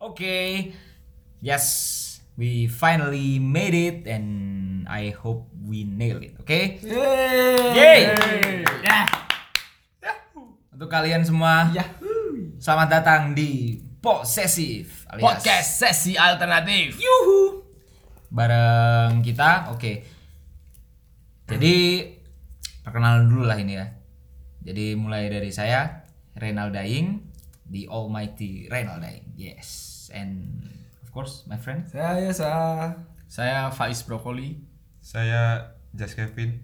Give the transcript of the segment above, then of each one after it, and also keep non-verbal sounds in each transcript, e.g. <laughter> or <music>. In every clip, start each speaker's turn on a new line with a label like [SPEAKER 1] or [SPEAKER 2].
[SPEAKER 1] Okay. Yes, we finally made it and I hope we nail it, okay? Yeay! Dah. Untuk kalian semua,
[SPEAKER 2] Ya.
[SPEAKER 1] selamat datang di Posesif alias
[SPEAKER 2] Podcast sesi alternatif.
[SPEAKER 1] Yuhu. Bareng kita, oke. Jadi perkenalan dulu lah ini ya. Jadi mulai dari saya Renal Daing, the Almighty Renal Daing. Yes, and of course my friend.
[SPEAKER 3] Saya Yesa.
[SPEAKER 2] Saya Faiz Brokoli.
[SPEAKER 4] Saya Just Kevin.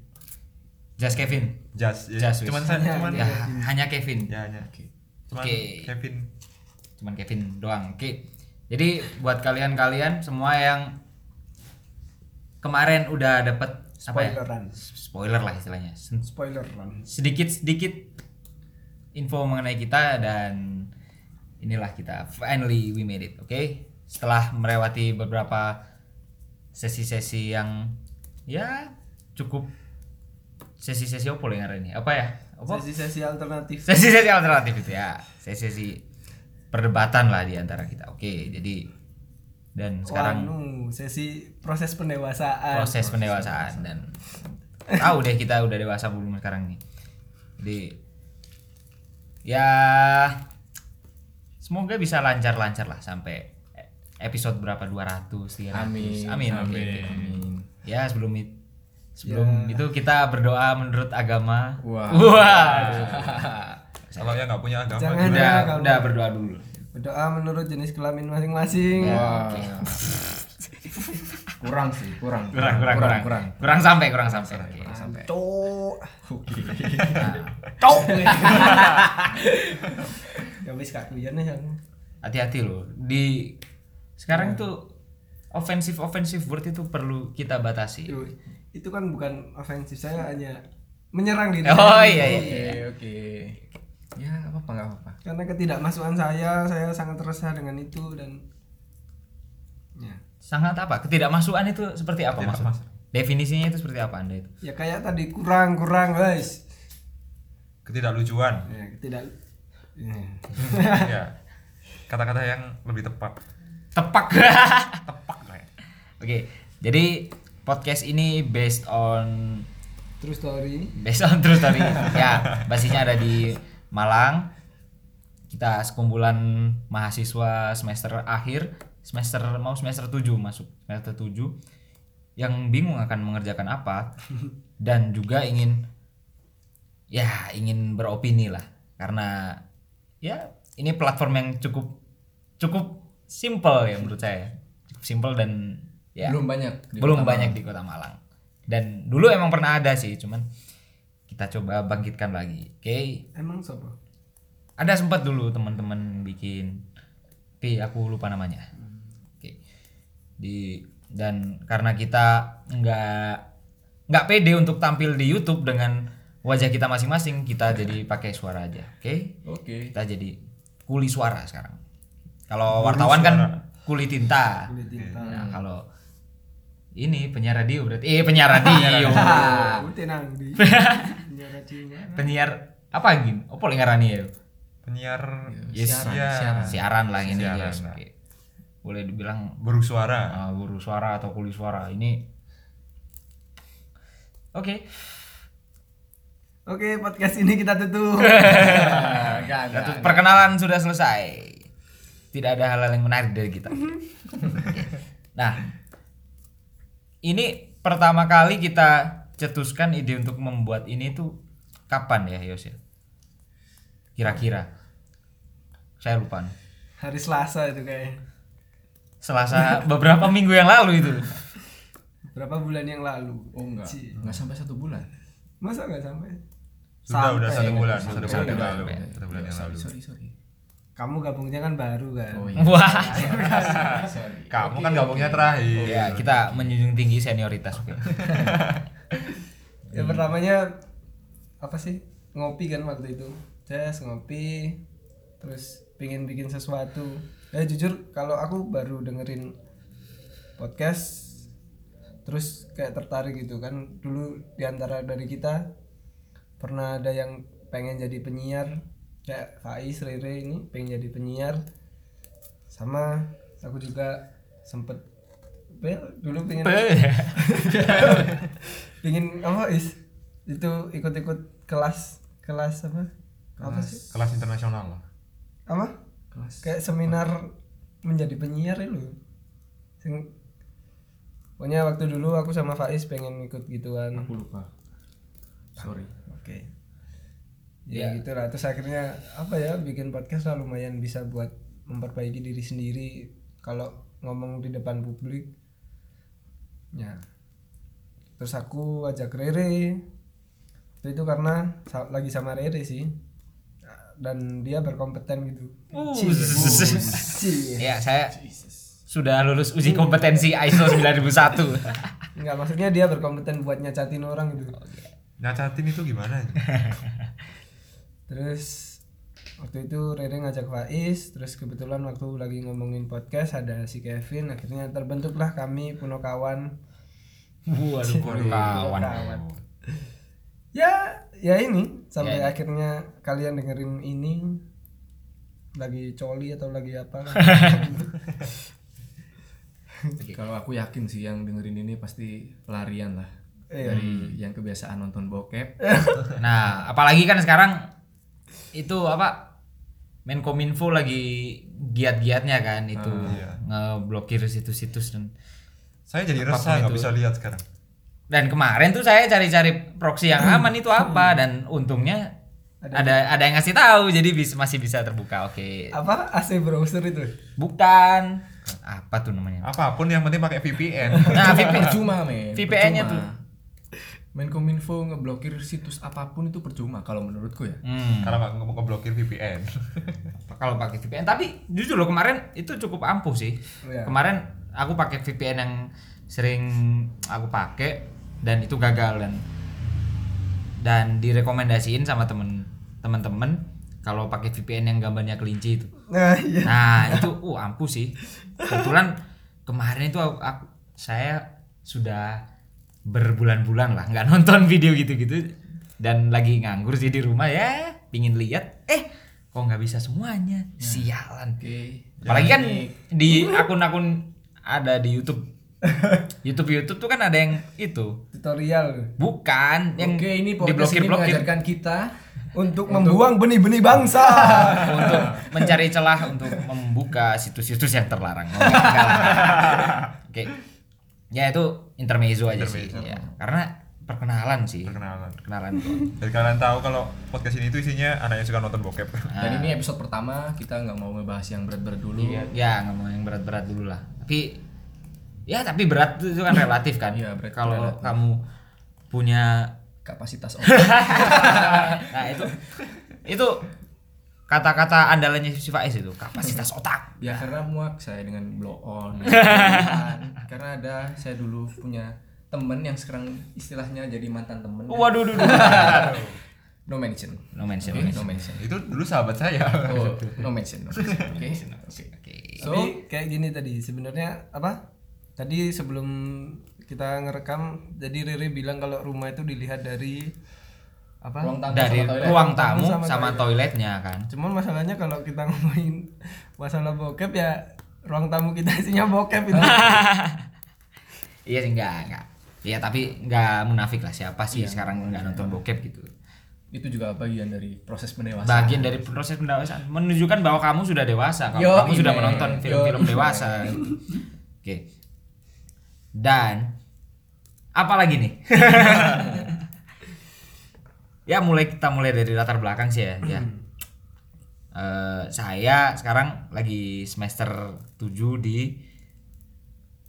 [SPEAKER 1] Just Kevin.
[SPEAKER 4] Just, ya.
[SPEAKER 1] Just Wiz.
[SPEAKER 4] cuman saya cuman
[SPEAKER 1] Ya, hanya Kevin.
[SPEAKER 4] ya hanya cuman
[SPEAKER 1] Oke.
[SPEAKER 4] Kevin
[SPEAKER 1] Cuman Kevin doang. Oke. Jadi buat kalian-kalian semua yang kemarin udah dapet apa ya?
[SPEAKER 3] Spoileran.
[SPEAKER 1] Spoiler lah istilahnya. Sen-
[SPEAKER 3] Spoileran.
[SPEAKER 1] sedikit sedikit info mengenai kita dan inilah kita finally we made it oke setelah melewati beberapa sesi-sesi yang ya cukup sesi-sesi apa yang hari ini apa ya apa
[SPEAKER 3] Sesi-sesi alternatif.
[SPEAKER 1] sesi-sesi alternatif itu ya sesi-sesi perdebatan lah di antara kita oke jadi dan sekarang
[SPEAKER 3] Wanu, sesi proses pendewasaan.
[SPEAKER 1] proses pendewasaan dan tahu deh kita udah dewasa belum sekarang nih jadi ya semoga bisa lancar-lancar lah sampai episode berapa 200 300
[SPEAKER 2] Amin.
[SPEAKER 1] amin oke.
[SPEAKER 2] Amin.
[SPEAKER 1] ya sebelum it- sebelum itu kita berdoa menurut agama
[SPEAKER 2] Wah.
[SPEAKER 1] Wah.
[SPEAKER 4] kalau yang nggak punya agama
[SPEAKER 3] Jangan.
[SPEAKER 1] udah
[SPEAKER 3] Agama.
[SPEAKER 1] udah berdoa dulu
[SPEAKER 3] Berdoa menurut jenis kelamin masing-masing.
[SPEAKER 1] Ya.
[SPEAKER 2] Wah. kurang sih, kurang.
[SPEAKER 1] kurang kurang kurang kurang, sampai kurang sampai Oke. Nah,
[SPEAKER 3] Cok.
[SPEAKER 2] Oke.
[SPEAKER 3] Ya wis kaku ya nih.
[SPEAKER 1] hati-hati loh di sekarang tuh ofensif ofensif word itu perlu kita batasi
[SPEAKER 3] Yo, Itu kan bukan ofensif saya hanya menyerang diri. gitu.
[SPEAKER 1] oh iya iya
[SPEAKER 2] Oke,
[SPEAKER 1] iya.
[SPEAKER 2] oke. Ya, nggak apa-apa nggak apa-apa.
[SPEAKER 3] Karena ketidakmasukan saya, saya sangat resah dengan itu dan ya.
[SPEAKER 1] sangat apa ketidakmasukan itu seperti apa
[SPEAKER 4] Tidak
[SPEAKER 1] maksud
[SPEAKER 4] masuk.
[SPEAKER 1] definisinya itu seperti apa anda itu
[SPEAKER 3] Ya kayak tadi kurang-kurang, guys.
[SPEAKER 4] ketidaklucuan
[SPEAKER 3] Ya, tidak ya.
[SPEAKER 4] ya kata-kata yang lebih tepat
[SPEAKER 1] tepak <laughs>
[SPEAKER 4] tepat lah ya
[SPEAKER 1] oke jadi podcast ini based on
[SPEAKER 3] True story.
[SPEAKER 1] based <laughs> on true story ya basisnya ada di Malang kita sekumpulan mahasiswa semester akhir semester mau semester 7 masuk semester 7 yang bingung akan mengerjakan apa dan juga ingin ya ingin beropini lah karena ya ini platform yang cukup cukup simple ya menurut saya cukup simple dan ya
[SPEAKER 2] Belum banyak. di
[SPEAKER 1] belum
[SPEAKER 2] Kota
[SPEAKER 1] banyak di Kota Malang. Dan dulu emang pernah ada sih, cuman kita coba bangkitkan lagi. Oke.
[SPEAKER 3] Emang siapa?
[SPEAKER 1] Ada sempat dulu teman-teman bikin tapi aku lupa namanya. Oke. Di dan karena kita nggak nggak pede untuk tampil di YouTube dengan wajah kita masing-masing, kita jadi pakai suara aja. Oke.
[SPEAKER 2] Malang. Oke.
[SPEAKER 1] Kita jadi kuli suara sekarang. Kalau wartawan kan kuli tinta.
[SPEAKER 3] Kulit tinta.
[SPEAKER 1] Nah, kalau ini penyiar radio berarti eh <laughs> penyiar radio.
[SPEAKER 3] Aku tenang di. Penjara jiwa.
[SPEAKER 1] penyiar apa gini? Apa yang ngarani ya?
[SPEAKER 4] penyiar
[SPEAKER 1] Yes,
[SPEAKER 4] siaran,
[SPEAKER 1] ya,
[SPEAKER 4] siaran.
[SPEAKER 1] siaran lah ini
[SPEAKER 4] Siaran,
[SPEAKER 1] yes,
[SPEAKER 4] nah.
[SPEAKER 1] oke. Boleh dibilang
[SPEAKER 4] bersuara
[SPEAKER 1] uh, buru suara atau kuli suara. Ini Oke.
[SPEAKER 3] Oke, podcast ini kita tutup.
[SPEAKER 2] Ah, nggak, nggak,
[SPEAKER 1] Itu
[SPEAKER 2] nggak.
[SPEAKER 1] Nah, perkenalan sudah selesai. Tidak ada hal-hal yang menarik dari kita. Oke. <laughs> nah, ini pertama kali kita cetuskan ide untuk membuat ini tuh kapan ya, Yos ya? Kira-kira. Saya lupa. nih.
[SPEAKER 3] Hari Selasa itu kayaknya.
[SPEAKER 1] Selasa beberapa minggu yang lalu itu.
[SPEAKER 3] Berapa bulan yang lalu?
[SPEAKER 2] Oh enggak.
[SPEAKER 3] Ci.
[SPEAKER 2] Enggak sampai satu bulan.
[SPEAKER 3] Masa nggak sampai?
[SPEAKER 4] sudah udah
[SPEAKER 3] Sampai. ya?
[SPEAKER 4] satu bulan
[SPEAKER 2] Sampai.
[SPEAKER 4] satu bulan yang lalu
[SPEAKER 1] Sampai.
[SPEAKER 4] satu bulan yang
[SPEAKER 2] Sorry,
[SPEAKER 4] lalu
[SPEAKER 2] Sorry, sorry.
[SPEAKER 3] Kamu gabungnya kan baru kan.
[SPEAKER 2] <laughs> Oh iya.
[SPEAKER 1] Wah.
[SPEAKER 2] Sorry.
[SPEAKER 4] kamu
[SPEAKER 2] Oke,
[SPEAKER 4] kan gabungnya terakhir
[SPEAKER 1] <laughs> Ya, kita menjunjung tinggi senioritas. oke.
[SPEAKER 3] Ya pertamanya apa sih? Ngopi kan waktu itu. Saya ngopi terus pingin bikin sesuatu. Ya jujur kalau aku baru dengerin podcast terus kayak tertarik gitu kan dulu diantara dari kita pernah ada yang pengen jadi penyiar kayak Faiz Rere ini pengen jadi penyiar sama aku juga sempet Bel, dulu pengen pengen apa is itu ikut-ikut kelas kelas apa apa sih
[SPEAKER 4] kelas internasional lah
[SPEAKER 3] apa
[SPEAKER 2] Kelas.
[SPEAKER 3] kayak seminar menjadi penyiar itu Sing- pokoknya waktu dulu aku sama Faiz pengen ikut gituan
[SPEAKER 2] Aku lupa. Sorry.
[SPEAKER 3] Oke. Ya gitulah. Terus akhirnya apa ya bikin podcast lah lumayan bisa buat memperbaiki diri sendiri kalau ngomong di depan publik. Ya. Terus aku ajak Rere. Itu, itu karena sa- lagi sama Rere sih. Dan dia berkompeten gitu. Cie.
[SPEAKER 1] Ya, saya sudah lulus uji kompetensi ISO 9001.
[SPEAKER 3] Enggak maksudnya dia berkompeten buat nyacatin orang gitu.
[SPEAKER 4] nyacatin itu
[SPEAKER 1] <laughs>
[SPEAKER 4] gimana
[SPEAKER 3] Terus waktu itu Rere ngajak Faiz, terus kebetulan waktu lagi ngomongin podcast ada si Kevin, akhirnya terbentuklah kami Punokawan.
[SPEAKER 1] Waduh, kawan.
[SPEAKER 3] Ya, ya ini sampai
[SPEAKER 1] Ya, ini.
[SPEAKER 3] akhirnya kalian dengerin ini lagi coli atau lagi
[SPEAKER 1] <laughs>
[SPEAKER 3] apa?
[SPEAKER 2] <laughs> Kalau aku yakin sih yang dengerin ini pasti pelarian lah.
[SPEAKER 3] Iya.
[SPEAKER 2] Dari yang kebiasaan nonton bokep.
[SPEAKER 3] <laughs>
[SPEAKER 1] Nah, apalagi kan sekarang itu apa Menkominfo lagi giat-giatnya kan itu ngeblokir situs-situs dan
[SPEAKER 4] saya jadi
[SPEAKER 1] Apapun
[SPEAKER 4] resah nggak
[SPEAKER 1] itu.
[SPEAKER 4] bisa lihat sekarang
[SPEAKER 1] dan kemarin tuh saya cari-cari proxy yang aman itu apa dan untungnya Hmm. ada ada, yang ngasih tahu jadi bis- masih bisa terbuka. Oke.
[SPEAKER 3] apa AC browser itu?
[SPEAKER 1] Bukan apa tuh namanya?
[SPEAKER 4] apapun yang penting pakai VPN
[SPEAKER 1] <laughs>
[SPEAKER 3] Ah,
[SPEAKER 1] Nah, VPN.
[SPEAKER 2] Percuma men.
[SPEAKER 1] VPN-nya
[SPEAKER 2] percuma.
[SPEAKER 1] tuh.
[SPEAKER 2] Menkominfo ngeblokir situs apapun itu percuma kalau menurutku ya.
[SPEAKER 1] Hmm.
[SPEAKER 4] karena nggak nge- ngeblokir VPN
[SPEAKER 1] kalau pakai VPN tapi jujur loh kemarin itu cukup ampuh sih
[SPEAKER 3] Iya.
[SPEAKER 1] kemarin aku pakai VPN yang sering aku pakai dan itu gagal dan dan direkomendasiin sama temen temen-temen kalau pakai VPN yang gambarnya kelinci itu
[SPEAKER 3] Nah, iya.
[SPEAKER 1] nah itu uh ampuh sih kebetulan kemarin itu aku, aku- saya sudah berbulan-bulan lah nggak nonton video gitu-gitu dan lagi nganggur sih di rumah ya pingin lihat eh kok nggak bisa semuanya
[SPEAKER 2] Iya.
[SPEAKER 1] sialan
[SPEAKER 2] Oke.
[SPEAKER 3] Ya.
[SPEAKER 1] apalagi kan
[SPEAKER 2] Jadi,
[SPEAKER 1] di akun-akun ada di
[SPEAKER 2] <laughs>
[SPEAKER 1] YouTube YouTube YouTube tuh kan ada yang itu
[SPEAKER 3] Tutorial
[SPEAKER 1] bukan yang
[SPEAKER 2] Oke, ini podcast ini
[SPEAKER 1] diblokir-blokir
[SPEAKER 2] mengajarkan kita
[SPEAKER 3] untuk membuang benih-benih bangsa.
[SPEAKER 1] untuk mencari celah untuk membuka situs-situs yang terlarang. Oh, enggak, enggak lah. Oke. Ya itu intermezzo aja
[SPEAKER 4] Intermezzo.
[SPEAKER 1] sih. Ya. Karena perkenalan sih.
[SPEAKER 4] <laughs> perkenalan
[SPEAKER 1] Perkenalan.
[SPEAKER 4] jadi kalian tahu kalau podcast ini itu isinya anak yang suka nonton bokep
[SPEAKER 2] <laughs>
[SPEAKER 4] <laughs>
[SPEAKER 2] dan
[SPEAKER 3] Ah.
[SPEAKER 2] ini episode pertama kita nggak mau ngebahas yang berat-berat dulu.
[SPEAKER 1] Iya, ya nggak mau yang berat-berat dulu lah. Tapi ya tapi berat itu kan relatif kan.
[SPEAKER 2] Iya, berat
[SPEAKER 1] Kalau
[SPEAKER 2] relatif.
[SPEAKER 1] kamu punya <laughs>
[SPEAKER 3] <laughs>
[SPEAKER 2] Kapasitas otak.
[SPEAKER 1] nah itu itu kata-kata andalannya si Faiz itu kapasitas otak.
[SPEAKER 2] ya karena muak saya dengan blow
[SPEAKER 3] <laughs>
[SPEAKER 2] on karena ada saya dulu punya temen yang sekarang istilahnya jadi mantan temen
[SPEAKER 1] Waduh, duh, duh.
[SPEAKER 2] no mention
[SPEAKER 1] no mention,
[SPEAKER 2] Oke,
[SPEAKER 1] no mention.
[SPEAKER 2] no mention <laughs>
[SPEAKER 4] itu dulu sahabat saya
[SPEAKER 2] oh no mention no mention. oke oke
[SPEAKER 1] Oke.
[SPEAKER 2] so
[SPEAKER 3] Tapi kayak gini tadi sebenarnya apa? Tadi sebelum kita ngerekam, jadi Riri bilang kalau rumah itu dilihat dari apa?
[SPEAKER 2] ruang tamu
[SPEAKER 1] Dari
[SPEAKER 2] sama toilet.
[SPEAKER 1] ruang tamu
[SPEAKER 3] Sama
[SPEAKER 1] sama, toiletnya kan.
[SPEAKER 3] Cuman masalahnya kalau kita <laughs> ngomongin masalah bokep ya ruang tamu kita isinya bokep
[SPEAKER 2] <laughs>
[SPEAKER 3] itu.
[SPEAKER 1] Iya sih enggak, enggak. Iya tapi enggak munafik lah siapa sih sekarang enggak nonton bokep gitu.
[SPEAKER 2] itu juga bagian dari proses pendewasaan
[SPEAKER 1] Bagian dari proses pendewasaan menunjukkan bahwa kamu sudah dewasa kalau
[SPEAKER 2] Yo,
[SPEAKER 1] kamu sudah
[SPEAKER 2] Ibe.
[SPEAKER 1] menonton
[SPEAKER 2] Yo,
[SPEAKER 1] film-film
[SPEAKER 2] Ibe.
[SPEAKER 1] dewasa. gitu. Oke. Dan apalagi nih? <laughs> ya mulai kita mulai dari latar belakang sih ya. ya. Eh, saya sekarang lagi semester 7 di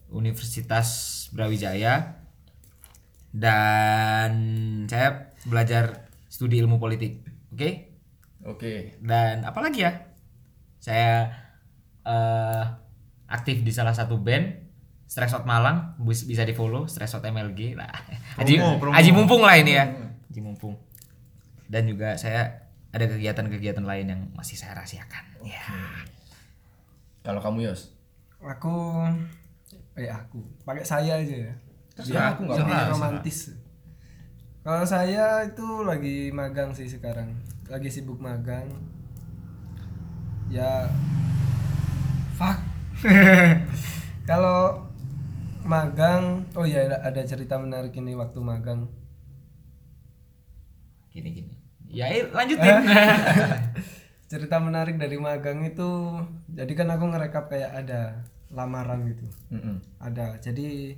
[SPEAKER 1] Universitas Brawijaya dan saya belajar studi ilmu politik. Oke?
[SPEAKER 2] oke
[SPEAKER 1] Dan apalagi ya? Saya eh, aktif di salah satu band Stress Out Malang bis- bisa di follow Stress Out MLG <laughs> lah. Aji,
[SPEAKER 4] promo.
[SPEAKER 1] Aji Nah, mumpung lah ini ya. Aji mumpung. Dan juga saya ada kegiatan-kegiatan lain yang masih saya rahasiakan. Ya.
[SPEAKER 4] Iya.
[SPEAKER 2] kalau kamu Yos
[SPEAKER 3] aku eh aku pakai saya aja ya.
[SPEAKER 2] Terserah, aku nggak
[SPEAKER 3] Jadi
[SPEAKER 2] apa-apa.
[SPEAKER 3] romantis. Kalau saya itu lagi magang sih sekarang. Lagi sibuk magang. Ya fuck. <laughs> Kalau magang, oh iya ada- ada cerita menarik ini waktu magang.
[SPEAKER 1] Gini gini. Ya eh,
[SPEAKER 4] <laughs>
[SPEAKER 1] lanjutin.
[SPEAKER 3] cerita menarik dari magang itu, jadi kan aku ngerekap kayak ada lamaran gitu.
[SPEAKER 2] Mm-mm.
[SPEAKER 3] Ada. Jadi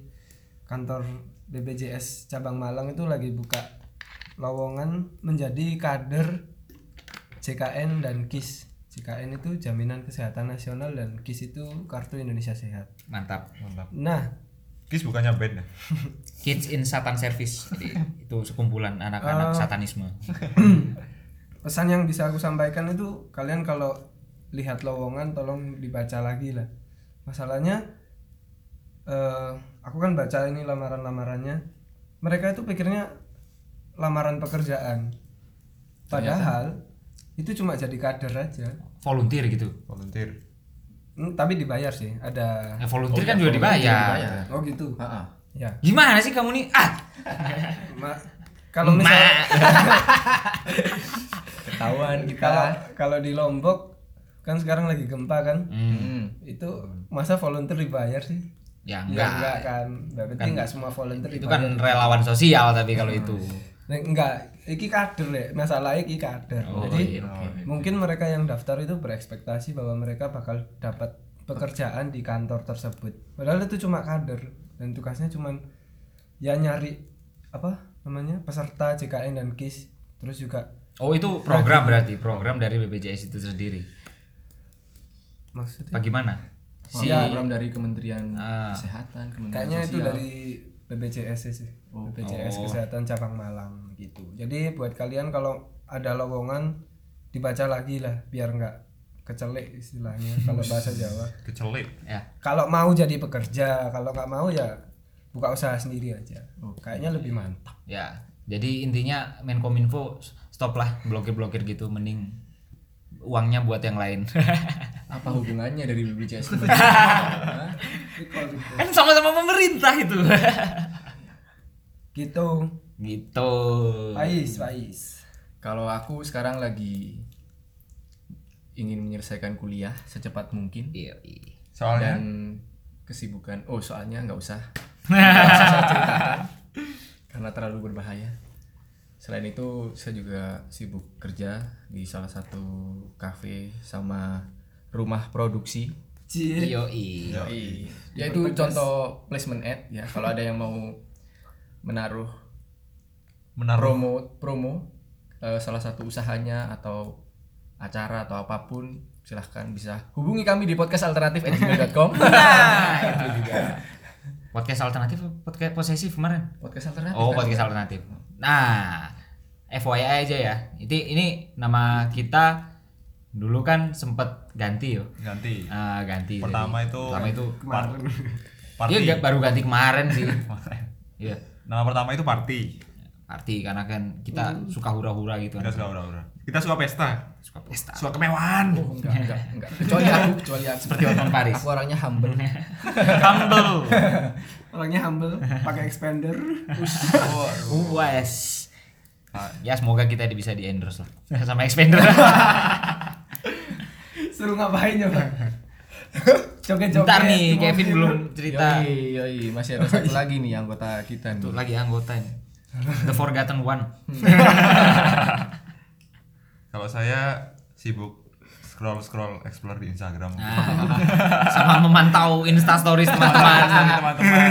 [SPEAKER 3] kantor BPJS cabang Malang itu lagi buka lowongan menjadi kader JKN dan KIS. JKN itu jaminan kesehatan nasional dan KIS itu kartu Indonesia Sehat.
[SPEAKER 1] Mantap.
[SPEAKER 4] Mantap.
[SPEAKER 3] Nah,
[SPEAKER 4] Kis bukannya band ya?
[SPEAKER 1] Kids in Satan Service. Jadi itu sekumpulan
[SPEAKER 4] Oh.
[SPEAKER 1] anak-anak satanisme.
[SPEAKER 3] pesan yang bisa aku sampaikan itu kalian kalau lihat lowongan tolong dibaca lagi lah masalahnya eh, aku kan baca ini lamaran-lamarannya mereka itu pikirnya lamaran pekerjaan padahal itu cuma jadi kader aja
[SPEAKER 1] Volunteer
[SPEAKER 4] <laughs>
[SPEAKER 1] gitu.
[SPEAKER 4] Volunteer.
[SPEAKER 3] Hmm, tapi dibayar sih ada
[SPEAKER 1] Eh, volunteer
[SPEAKER 4] iya,
[SPEAKER 1] kan juga dibayar.
[SPEAKER 3] oh gitu
[SPEAKER 2] Ha-ha.
[SPEAKER 3] ya
[SPEAKER 1] Gimana sih kamu nih? Ah.
[SPEAKER 3] Ma- kalau misal
[SPEAKER 2] Ketahuan gitu. kita.
[SPEAKER 3] kalau kalau di Lombok kan sekarang lagi gempa kan
[SPEAKER 1] Hmm,
[SPEAKER 2] Mm.
[SPEAKER 3] itu masa volunteer dibayar sih
[SPEAKER 1] ya
[SPEAKER 3] Ya,
[SPEAKER 1] enggak.
[SPEAKER 3] enggak kan. Berarti
[SPEAKER 1] Kan-
[SPEAKER 3] enggak semua volunteer
[SPEAKER 1] Itu kan
[SPEAKER 3] dibayar.
[SPEAKER 1] relawan sosial tapi kalau itu.
[SPEAKER 3] Nah, enggak, iki kader ya. Masalah iki kader.
[SPEAKER 1] Oh,
[SPEAKER 3] Jadi
[SPEAKER 1] iya, oke.
[SPEAKER 3] mungkin mereka yang daftar itu berekspektasi bahwa mereka bakal dapat pekerjaan di kantor tersebut. Padahal itu cuma kader dan tugasnya cuman ya nyari apa namanya? peserta JKN dan KIS. Terus juga
[SPEAKER 1] Oh, itu program berarti, program dari BPJS itu sendiri.
[SPEAKER 3] maksudnya
[SPEAKER 1] Bagaimana?
[SPEAKER 2] Si
[SPEAKER 1] Si
[SPEAKER 2] program dari Kementerian
[SPEAKER 1] Ah.
[SPEAKER 2] Kesehatan, Kementerian
[SPEAKER 3] Kayaknya itu
[SPEAKER 2] Sosial.
[SPEAKER 3] dari BPJS sih. BPJS Kesehatan Cabang Malang gitu. Jadi buat kalian kalau ada lowongan dibaca lagi lah biar nggak kecelik istilahnya kalau bahasa Jawa.
[SPEAKER 4] Kecelit.
[SPEAKER 1] ya.
[SPEAKER 3] Kalau mau jadi pekerja, kalau nggak mau ya buka usaha sendiri aja. Kayaknya lebih mantap.
[SPEAKER 1] Ya, jadi intinya Menkominfo stoplah blokir-blokir gitu mending uangnya buat yang lain. <laughs>
[SPEAKER 2] apa hubungannya dari BPJS? <laughs> Hah?
[SPEAKER 1] kan sama-sama pemerintah itu. <laughs>
[SPEAKER 3] Gitu.
[SPEAKER 1] gitu.
[SPEAKER 3] Pais, pais.
[SPEAKER 2] Kalau aku sekarang lagi ingin menyelesaikan kuliah secepat mungkin
[SPEAKER 1] Iya.
[SPEAKER 4] Soalnya
[SPEAKER 2] dan kesibukan. Oh, soalnya nggak usah. Nggak usah saya ceritakan, karena terlalu berbahaya. Selain itu, saya juga sibuk kerja di salah satu kafe sama rumah produksi.
[SPEAKER 3] Cie.
[SPEAKER 1] Iya.
[SPEAKER 2] Yoi. Ya itu contoh placement ad ya. Kalau ada yang mau menaruh
[SPEAKER 4] menaruh
[SPEAKER 2] promo promo eh, salah satu usahanya atau acara atau apapun silahkan bisa hubungi kami di podcast alternatif
[SPEAKER 1] Iya. Nah, Podcast alternatif podcast posesif kemarin.
[SPEAKER 2] podcast alternatif
[SPEAKER 1] Oh,
[SPEAKER 2] kan?
[SPEAKER 1] podcast alternatif. Nah, FYI aja ya. Ini ini nama kita dulu kan sempet ganti yo.
[SPEAKER 4] ganti.
[SPEAKER 1] Ah, ganti.
[SPEAKER 4] Pertama
[SPEAKER 1] jadi.
[SPEAKER 4] itu
[SPEAKER 1] pertama itu
[SPEAKER 4] par- party.
[SPEAKER 1] Iya, nggak- baru ganti kemarin
[SPEAKER 4] <laughs>
[SPEAKER 1] sih. Iya.
[SPEAKER 4] Nama pertama itu party.
[SPEAKER 1] arti karena kan kita suka hura-hura gitu
[SPEAKER 4] Kita
[SPEAKER 1] kan.
[SPEAKER 4] suka ura-ura. Kita suka pesta.
[SPEAKER 1] suka pesta
[SPEAKER 4] Suka kemewahan.
[SPEAKER 2] Oh, enggak enggak enggak kecuali aku kecuali aku
[SPEAKER 1] seperti Otton Paris
[SPEAKER 2] aku orangnya humble
[SPEAKER 1] humble
[SPEAKER 3] Orangnya humble, pakai <laughs> expander.
[SPEAKER 1] Oh, wes
[SPEAKER 4] Ah.
[SPEAKER 1] ya semoga kita di- bisa di endorse lah <laughs> sama expander
[SPEAKER 3] Seru ngapain ya, Bang? Joget-joget.
[SPEAKER 1] bentar nih
[SPEAKER 3] di
[SPEAKER 1] Kevin
[SPEAKER 3] mobil.
[SPEAKER 1] belum cerita
[SPEAKER 2] yoi yoi masih ada satu lagi nih anggota kita
[SPEAKER 1] itu
[SPEAKER 2] nih
[SPEAKER 1] lagi anggota ini the forgotten one
[SPEAKER 4] Kalau saya sibuk scroll scroll explore di Instagram.
[SPEAKER 1] Nah, sama memantau instastories teman-teman <laughs>
[SPEAKER 4] teman-teman.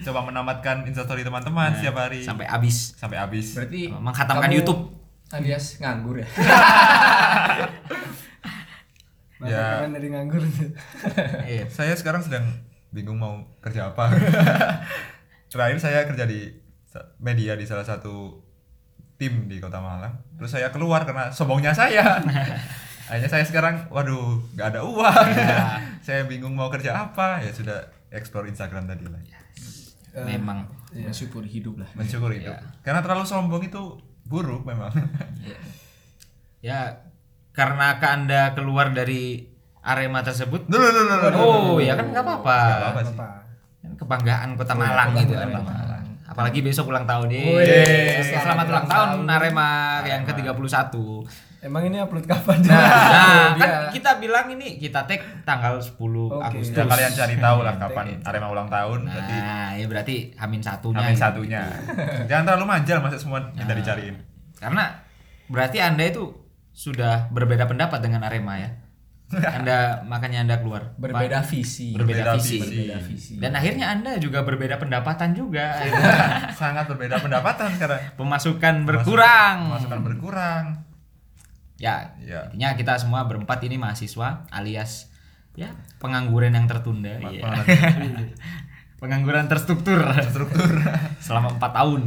[SPEAKER 4] Coba menamatkan instastory teman-teman setiap hari
[SPEAKER 1] Nah, sampai habis
[SPEAKER 4] sampai habis.
[SPEAKER 2] berarti
[SPEAKER 1] Menghatamkan
[SPEAKER 2] kamu
[SPEAKER 1] YouTube.
[SPEAKER 2] alias nganggur ya
[SPEAKER 3] Maka
[SPEAKER 4] Ya.
[SPEAKER 3] kalian dari nganggur.
[SPEAKER 1] Iya.
[SPEAKER 4] Saya sekarang sedang bingung mau kerja apa. Terakhir saya kerja di sa- media di salah satu tim di Kota Malang. Terus saya keluar karena sombongnya saya. Akhirnya saya sekarang, waduh, nggak ada uang. <laughs> saya bingung mau kerja apa. Ya sudah explore Instagram tadi lah.
[SPEAKER 1] memang
[SPEAKER 2] mensyukuri hidup lah
[SPEAKER 4] Mensyukuri itu. Karena terlalu sombong itu buruk memang. <laughs>
[SPEAKER 1] ya karena ke anda keluar dari arema tersebut
[SPEAKER 4] Dulu, dulu, dulu.
[SPEAKER 1] oh ya kan nggak apa-apa
[SPEAKER 4] Nggak apa-apa sih.
[SPEAKER 3] Apa?
[SPEAKER 1] Kan kebanggaan kota Malang gitu Arema. Apalagi besok ulang tahun nih.
[SPEAKER 4] Wih,
[SPEAKER 1] Selamat ulang tahun Arema yang ke-31.
[SPEAKER 3] Emang ini upload kapan?
[SPEAKER 1] Nah, kan
[SPEAKER 3] dia.
[SPEAKER 1] kita bilang ini kita tag tanggal 10
[SPEAKER 3] Oke.
[SPEAKER 1] Agustus.
[SPEAKER 4] Ya, kalian cari tahu lah kapan Arema ulang tahun. Jadi
[SPEAKER 1] Nah, ini berarti Hamin satunya.
[SPEAKER 4] Amin
[SPEAKER 1] gitu.
[SPEAKER 4] satunya. Jangan terlalu manja masa semua minta dicariin.
[SPEAKER 1] Karena berarti Anda itu sudah berbeda pendapat dengan Arema ya. Anda makanya Anda keluar.
[SPEAKER 2] berbeda
[SPEAKER 1] Pak-
[SPEAKER 2] visi
[SPEAKER 1] berbeda,
[SPEAKER 4] Berbeda
[SPEAKER 1] visi.
[SPEAKER 4] visi.
[SPEAKER 2] Berbeda visi
[SPEAKER 1] Dan akhirnya Anda juga berbeda pendapatan juga.
[SPEAKER 4] <laughs> Sangat berbeda pendapatan sekarang.
[SPEAKER 1] Pemasukan berkurang.
[SPEAKER 4] Masukan berkurang.
[SPEAKER 1] Ya,
[SPEAKER 4] Ya.
[SPEAKER 1] intinya kita semua berempat ini mahasiswa alias ya pengangguran yang tertunda. Iya. <laughs> pengangguran terstruktur. <laughs> Selama empat tahun.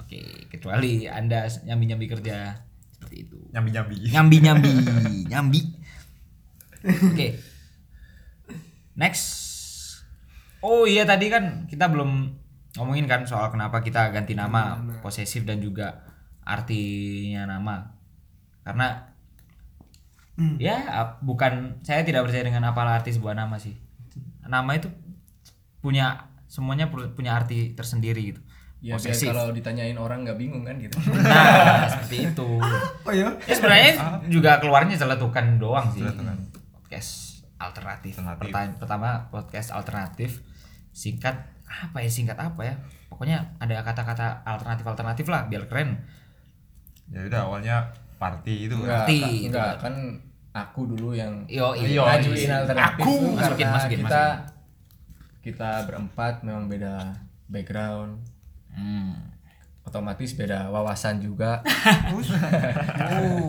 [SPEAKER 1] Oke, kecuali Anda nyambi-nyambi kerja seperti itu.
[SPEAKER 4] Nyambi-nyambi.
[SPEAKER 1] nyambi nyambi nyambi oke next oh iya tadi kan kita belum ngomongin kan soal kenapa kita ganti nama posesif dan juga artinya nama karena ya ap- bukan saya tidak percaya dengan apalah arti sebuah nama sih nama itu punya semuanya pu- punya arti tersendiri gitu
[SPEAKER 2] ya biar
[SPEAKER 1] posesif
[SPEAKER 2] kalau ditanyain orang nggak bingung kan gitu
[SPEAKER 1] nah seperti itu
[SPEAKER 3] Oh ya.
[SPEAKER 1] Ya sebenarnya juga keluarnya celetukan doang sih. Podcast alternatif.
[SPEAKER 4] Alternatif.
[SPEAKER 1] Pertanya- pertama podcast alternatif. Singkat apa ya? Singkat apa ya? Pokoknya ada kata-kata alternatif-alternatif lah biar keren.
[SPEAKER 4] Ya udah awalnya party itu.
[SPEAKER 2] Enggak,
[SPEAKER 3] Ya.
[SPEAKER 1] Ngerti,
[SPEAKER 2] kan-
[SPEAKER 1] gitu
[SPEAKER 2] enggak, kan aku dulu yang
[SPEAKER 1] Yo,
[SPEAKER 4] Yo,
[SPEAKER 1] iya.
[SPEAKER 2] ngajuin alternatif
[SPEAKER 1] Aku
[SPEAKER 2] tuh
[SPEAKER 1] masukin
[SPEAKER 2] karena
[SPEAKER 1] masukin
[SPEAKER 2] kita
[SPEAKER 1] masukin.
[SPEAKER 2] kita berempat memang beda background
[SPEAKER 1] Hmm.
[SPEAKER 2] otomatis beda wawasan juga
[SPEAKER 3] Uh.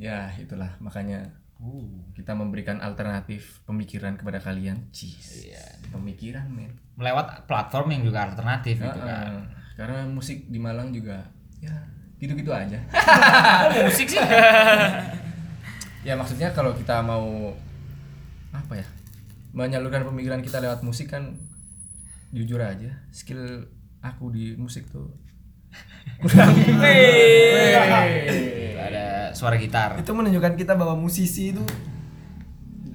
[SPEAKER 2] ya itulah makanya
[SPEAKER 1] Uh.
[SPEAKER 2] kita memberikan alternatif pemikiran kepada kalian Cis, pemikiran men
[SPEAKER 1] Melewat platform yang juga alternatif gitu kan.
[SPEAKER 2] Heeh. karena musik di Malang juga ya gitu-gitu aja <laughs>
[SPEAKER 1] Musik sih.
[SPEAKER 2] ya maksudnya kalau kita mau apa ya menyalurkan pemikiran kita lewat musik kan jujur aja skill aku di musik tuh
[SPEAKER 1] ada suara gitar.
[SPEAKER 3] <laughs> Itu menunjukkan kita bahwa musisi itu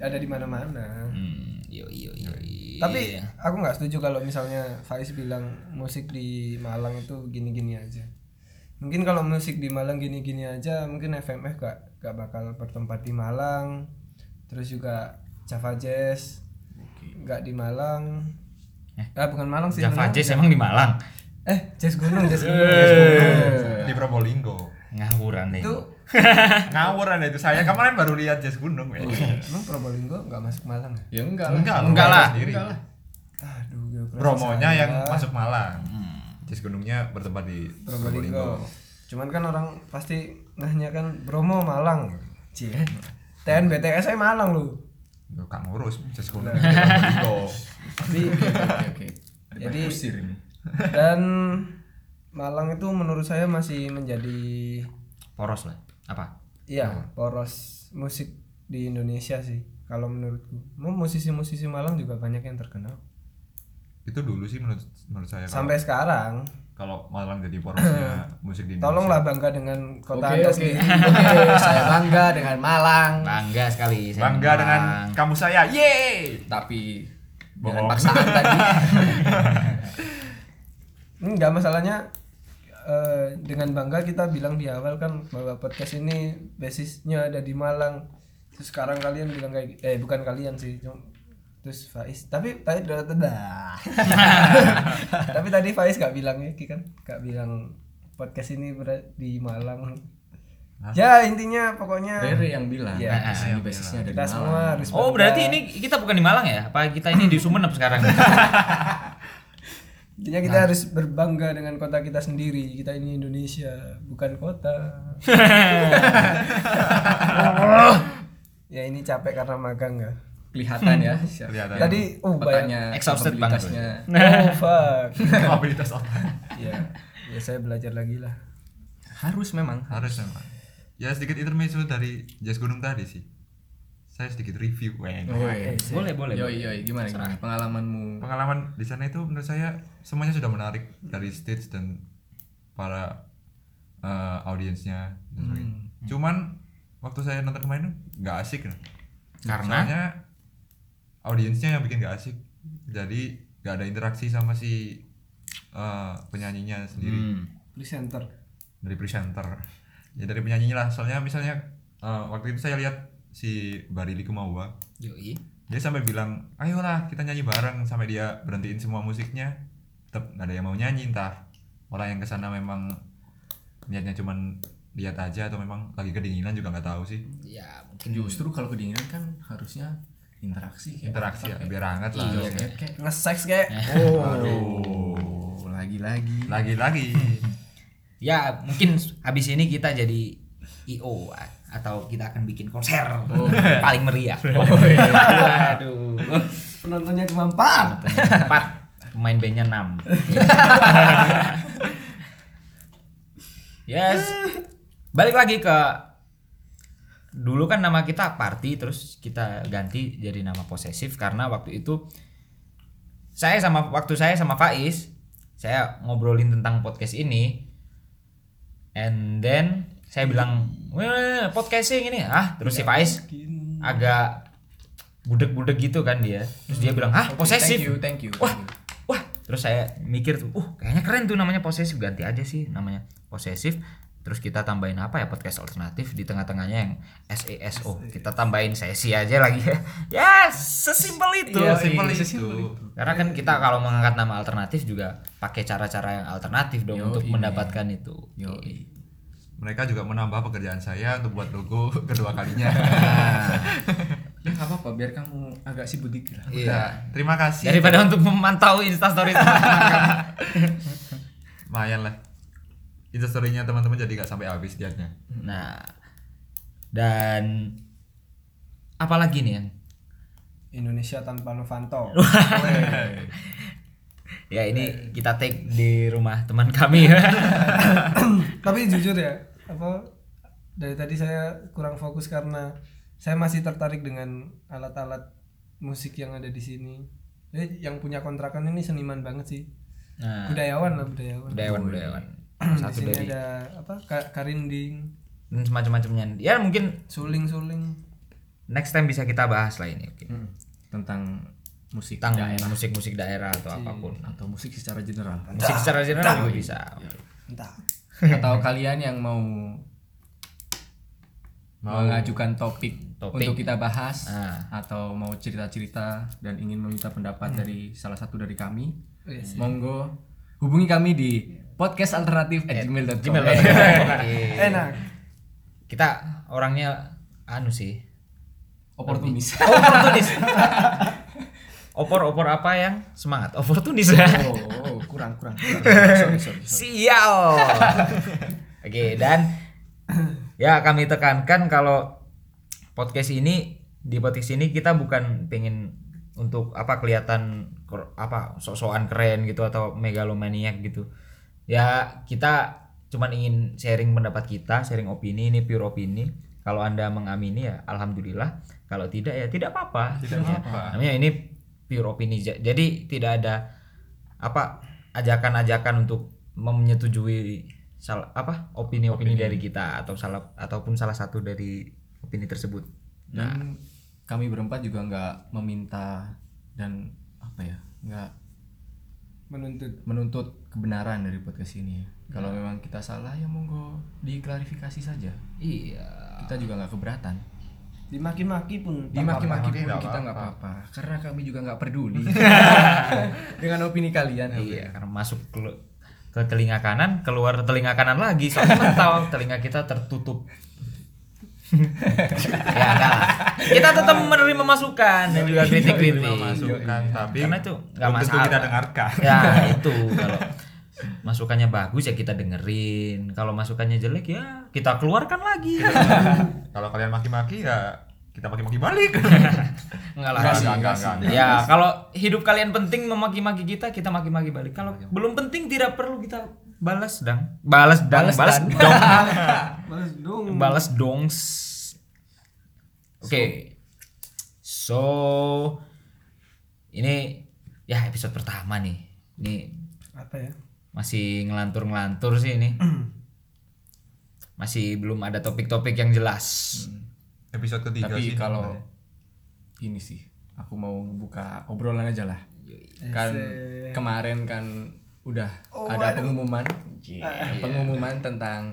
[SPEAKER 3] ada di mana-mana.
[SPEAKER 1] Hmm, yo yo yo. iya.
[SPEAKER 3] Tapi aku nggak setuju kalau misalnya Faiz bilang musik di Malang itu gini-gini aja. Mungkin kalau musik di Malang gini-gini aja, mungkin FMF gak, gak bakal bertempat di Malang. Terus juga Java Jazz nggak di Malang. Ah, bukan Malang
[SPEAKER 1] Eh.
[SPEAKER 3] sih.
[SPEAKER 1] Java
[SPEAKER 3] bener.
[SPEAKER 1] Jazz ya? emang di Malang.
[SPEAKER 3] Eh, Jazz Gunung,
[SPEAKER 1] <laughs>
[SPEAKER 3] Jazz Gunung. Jazz
[SPEAKER 1] Eh.
[SPEAKER 3] Gunung.
[SPEAKER 4] Di Probolinggo.
[SPEAKER 1] Ngawuran deh.
[SPEAKER 3] Itu
[SPEAKER 4] Ngawur ada itu saya kemarin baru lihat Jazz Gunung ya.
[SPEAKER 3] emang Probolinggo nggak masuk Malang
[SPEAKER 2] ya
[SPEAKER 3] ya?
[SPEAKER 2] enggak lah
[SPEAKER 4] Enggak,
[SPEAKER 1] Enggak lah.
[SPEAKER 4] Sendiri.
[SPEAKER 3] Aduh, geografi
[SPEAKER 4] Bromonya
[SPEAKER 3] saya.
[SPEAKER 4] yang masuk Malang.
[SPEAKER 1] Hmm.
[SPEAKER 4] Jazz Gunungnya bertempat di
[SPEAKER 3] Probolinggo.
[SPEAKER 4] Probolinggo.
[SPEAKER 3] Cuman kan orang pasti nanya kan Bromo Malang. Cie. TN BTS saya Malang lu.
[SPEAKER 4] Lu Kak ngurus Jazz Gunung.
[SPEAKER 3] Nah.
[SPEAKER 4] di Probolinggo.
[SPEAKER 3] Jadi
[SPEAKER 2] <laughs> oke oke
[SPEAKER 3] Jadi-
[SPEAKER 2] jadi usir ini
[SPEAKER 3] dan Malang itu menurut saya masih menjadi
[SPEAKER 1] Poros lah. Apa?
[SPEAKER 3] iya poros musik di Indonesia sih kalau menurutku. Mau musisi-musisi Malang juga banyak yang terkenal.
[SPEAKER 2] Ya,
[SPEAKER 4] Itu dulu sih menurut menurut saya kalau-
[SPEAKER 3] Sampai sekarang.
[SPEAKER 4] kalau Malang jadi
[SPEAKER 3] <clears throat>
[SPEAKER 4] porosnya musik di Indonesia.
[SPEAKER 3] Tolonglah bangga dengan
[SPEAKER 2] oke
[SPEAKER 3] kota Anda
[SPEAKER 2] oke <laughs>
[SPEAKER 3] sendiri.
[SPEAKER 2] Oke, saya bangga dengan Malang
[SPEAKER 1] Bangga sekali. saya
[SPEAKER 4] Bangga dengan
[SPEAKER 1] bilang.
[SPEAKER 4] kamu saya. Yeay.
[SPEAKER 2] tapi
[SPEAKER 4] Bohong.
[SPEAKER 2] dengan paksaan tadi
[SPEAKER 3] Enggak masalahnya eh, dengan bangga kita bilang di awal kan bahwa podcast ini basisnya ada di Malang. Terus sekarang kalian bilang kayak eh bukan kalian sih, cuma terus Faiz. Tapi tadi <laughs> udah dah. Tapi tadi Faiz gak bilang ya, Ki, kan gak bilang podcast ini berada di Malang. Ya intinya pokoknya
[SPEAKER 2] Rere yang bilang
[SPEAKER 3] Iya.
[SPEAKER 2] di sini basisnya ada di
[SPEAKER 3] kita
[SPEAKER 2] Malang
[SPEAKER 3] semua harus
[SPEAKER 1] Oh
[SPEAKER 3] bangga.
[SPEAKER 1] berarti ini kita bukan di Malang ya? Apa kita ini di Sumenep
[SPEAKER 4] <laughs>
[SPEAKER 1] sekarang?
[SPEAKER 3] intinya kita harus berbangga dengan kota kita sendiri. Kita ini Indonesia, bukan <laughs> kota. ya ini capek karena magang ya
[SPEAKER 2] kelihatan ya
[SPEAKER 4] Kelihatan.
[SPEAKER 3] tadi oh
[SPEAKER 2] petanya
[SPEAKER 3] banyak
[SPEAKER 1] Exhausted banget.
[SPEAKER 2] kapabilitasnya.
[SPEAKER 3] oh <laughs> fuck
[SPEAKER 4] Kapabilitas otak.
[SPEAKER 3] ya ya saya belajar lagi lah
[SPEAKER 2] harus memang
[SPEAKER 4] <laughs> Harus memang. Ya sedikit intermezzo dari Jazz Gunung tadi sih. Saya sedikit review. Weng.
[SPEAKER 1] Oh.
[SPEAKER 2] Woi.
[SPEAKER 1] boleh boleh.
[SPEAKER 2] Oh, iya. Yoi yoi gimana gimana pengalamanmu?
[SPEAKER 4] Pengalaman di sana itu menurut saya semuanya sudah menarik dari stage dan para eh, audiensnya dan sebagainya.
[SPEAKER 1] Hmm.
[SPEAKER 4] Cuman waktu saya nonton kemarin tuh nggak asik. nah.
[SPEAKER 1] Karena
[SPEAKER 4] Soalnya audiensnya yang bikin nggak asik. Jadi nggak ada interaksi sama si eh, penyanyinya sendiri
[SPEAKER 1] Hmm.
[SPEAKER 3] presenter
[SPEAKER 4] dari presenter. ya dari penyanyinya lah soalnya misalnya eh, waktu itu saya lihat si Barili Kumawa
[SPEAKER 1] Yoi.
[SPEAKER 4] dia sampai bilang ayolah kita nyanyi bareng sampai dia berhentiin semua musiknya tetap nggak ada yang mau nyanyi entah orang yang kesana memang niatnya cuman lihat aja atau memang lagi kedinginan juga nggak tahu sih
[SPEAKER 1] Ya mungkin
[SPEAKER 2] Justru kalau kedinginan kan harusnya interaksi kayak
[SPEAKER 4] interaksi ya,
[SPEAKER 2] apa,
[SPEAKER 4] biar hangat
[SPEAKER 1] Iya,
[SPEAKER 4] lah
[SPEAKER 2] kayak-
[SPEAKER 4] harusnya.
[SPEAKER 2] kayak- kayak-
[SPEAKER 3] nge-sex kayak
[SPEAKER 2] Oh, lagi-lagi.
[SPEAKER 1] <laughs>
[SPEAKER 4] lagi-lagi
[SPEAKER 1] ya mungkin habis ini kita jadi IO a- atau kita akan bikin konser
[SPEAKER 4] Oh.
[SPEAKER 1] paling meriah.
[SPEAKER 4] iya.
[SPEAKER 1] Aduh.
[SPEAKER 3] penontonnya cuma empat
[SPEAKER 1] Empat pemain bandnya enam. yes. Balik lagi ke dulu kan nama kita party terus kita ganti jadi nama posesif karena waktu itu saya sama waktu saya sama Faiz saya ngobrolin tentang podcast ini and then saya bilang "Weh, podcasting ini ah terus si Faiz agak budek-budek gitu kan dia terus dia bilang ah posesif
[SPEAKER 2] Hmm. Thank you, thank you.
[SPEAKER 1] wah
[SPEAKER 2] thank you.
[SPEAKER 1] wah terus saya mikir tuh uh kayaknya keren tuh namanya posesif ganti aja sih namanya posesif terus kita tambahin apa ya podcast alternatif di tengah-tengahnya yang SESO kita tambahin sesi aja lagi <laughs> ya sesimpel itu
[SPEAKER 4] Iya, simpel itu
[SPEAKER 1] karena kan kita kalau mengangkat nama alternatif juga pakai cara-cara yang alternatif dong untuk mendapatkan itu
[SPEAKER 2] Yoi.
[SPEAKER 4] mereka juga menambah pekerjaan saya untuk buat logo kedua kalinya
[SPEAKER 2] Ya nggak apa-apa, biar kamu agak sibuk dikit lah.
[SPEAKER 1] iya
[SPEAKER 4] Nah, terima kasih
[SPEAKER 1] daripada untuk memantau instastory
[SPEAKER 4] lumayan lah instastorynya teman-teman jadi nggak sampai habis liatnya
[SPEAKER 1] <laughs> Nah, dan apalagi nih yang
[SPEAKER 3] Indonesia tanpa <laughs> Novanto
[SPEAKER 1] ya
[SPEAKER 3] Eh.
[SPEAKER 1] ini kita take di rumah teman
[SPEAKER 3] <laughs>
[SPEAKER 1] kami ya.
[SPEAKER 3] tapi jujur ya apa dari tadi saya kurang fokus karena saya masih tertarik dengan alat-alat musik yang ada di sini jadi yang punya kontrakan ini seniman banget sih
[SPEAKER 1] Nah,
[SPEAKER 3] budayawan lah budayawan
[SPEAKER 1] budayawan budayawan.
[SPEAKER 3] <clears throat> di
[SPEAKER 1] Satu
[SPEAKER 3] sini
[SPEAKER 1] dari
[SPEAKER 3] ada apa ka- karinding
[SPEAKER 1] dan semacam-macamnya. Ya mungkin
[SPEAKER 3] suling suling
[SPEAKER 1] next time bisa kita bahas lah ini. Oke.
[SPEAKER 2] Mm-mm. Tentang musik
[SPEAKER 1] Tentang
[SPEAKER 2] daerah
[SPEAKER 1] musik-musik daerah atau apapun.
[SPEAKER 2] atau musik secara general.
[SPEAKER 1] Musik secara general juga bisa.
[SPEAKER 3] Iya. entah
[SPEAKER 1] Iya.
[SPEAKER 2] Atau kalian yang mau mengajukan topik,
[SPEAKER 1] Topik.
[SPEAKER 2] untuk kita bahas
[SPEAKER 1] Ah. Hmm.
[SPEAKER 2] atau mau cerita-cerita dan ingin meminta pendapat dari salah satu dari kami,
[SPEAKER 1] Iya.
[SPEAKER 3] Yes.
[SPEAKER 2] monggo hubungi kami di podcast alternatif Eh,
[SPEAKER 1] Oke.
[SPEAKER 3] Iya. enak
[SPEAKER 1] Kita orangnya anu sih. <laughs>
[SPEAKER 2] Oportunis.
[SPEAKER 3] <laughs>
[SPEAKER 1] Oportunis. Opor-opor apa yang semangat? Oportunis <laughs> ya.
[SPEAKER 2] Oh, oh, kurang kurang.
[SPEAKER 1] Iya.
[SPEAKER 2] kurang. Sorry, sorry, sorry.
[SPEAKER 1] Sial. <laughs> Oke, dan ya kami tekankan kalau podcast ini di podcast ini kita bukan pengen untuk apa kelihatan ker- apa sok-sokan keren gitu atau megalomaniak gitu. Ya, kita cuman ingin sharing pendapat kita, sharing opini ini pure opini. Kalau Anda mengamini ya alhamdulillah, kalau tidak ya tidak apa-apa.
[SPEAKER 4] Tidak
[SPEAKER 1] Ya,
[SPEAKER 4] apa-apa.
[SPEAKER 1] Namanya ini pure opini. Ja- Jadi tidak ada apa ajakan-ajakan untuk menyetujui salah apa opini-opini dari kita atau salah ataupun salah satu dari opini tersebut. Nah.
[SPEAKER 2] dan kami berempat juga nggak meminta dan apa ya nggak
[SPEAKER 3] menuntut
[SPEAKER 2] menuntut kebenaran dari podcast ini kalau
[SPEAKER 1] Nah.
[SPEAKER 2] memang kita salah ya monggo diklarifikasi saja
[SPEAKER 1] Iya.
[SPEAKER 2] kita juga nggak keberatan
[SPEAKER 3] dimaki-maki pun tak
[SPEAKER 2] dimaki-maki
[SPEAKER 4] apa-apa, Iya.
[SPEAKER 2] pun
[SPEAKER 4] nggak
[SPEAKER 2] kita nggak apa-apa karena kami juga nggak peduli <laughs> dengan opini kalian
[SPEAKER 1] Iya, karena masuk ke, ke telinga kanan, keluar telinga kanan lagi. Soalnya mental telinga kita tertutup. <laughs> ya, enggak lah. Kita tetap menerima masukan dan juga kritik-kritik.
[SPEAKER 4] masukan tapi
[SPEAKER 1] Karena itu nggak
[SPEAKER 4] belum tentu
[SPEAKER 1] masalah.
[SPEAKER 4] kita dengarkan
[SPEAKER 1] <laughs> ya itu kalau masukannya bagus ya kita dengerin kalau masukannya jelek ya kita keluarkan lagi
[SPEAKER 4] <laughs>
[SPEAKER 1] <laughs>
[SPEAKER 4] kalau kalian maki-maki ya kita maki-maki balik
[SPEAKER 1] enggak lah
[SPEAKER 4] Enggak
[SPEAKER 1] sih.
[SPEAKER 4] sih, enggak, enggak, enggak.
[SPEAKER 1] ya kalau hidup kalian penting memaki-maki kita kita maki-maki balik kalau belum penting tidak perlu kita balas dang balas dang
[SPEAKER 2] Balas
[SPEAKER 1] balas
[SPEAKER 2] dan.
[SPEAKER 1] <laughs> dong
[SPEAKER 3] balas dong
[SPEAKER 1] balas dongs oke so ini ya episode pertama nih ini
[SPEAKER 3] apa ya
[SPEAKER 1] masih ngelantur-ngelantur sih
[SPEAKER 2] <clears throat>
[SPEAKER 1] ini masih belum ada topik-topik yang jelas
[SPEAKER 2] Hmm.
[SPEAKER 4] episode ketiga
[SPEAKER 2] tapi
[SPEAKER 4] sih
[SPEAKER 2] kalau ini sih aku mau buka obrolan aja lah kan
[SPEAKER 4] Oh,
[SPEAKER 2] kemarin kan udah ada pengumuman pengumuman tentang
[SPEAKER 4] Ah,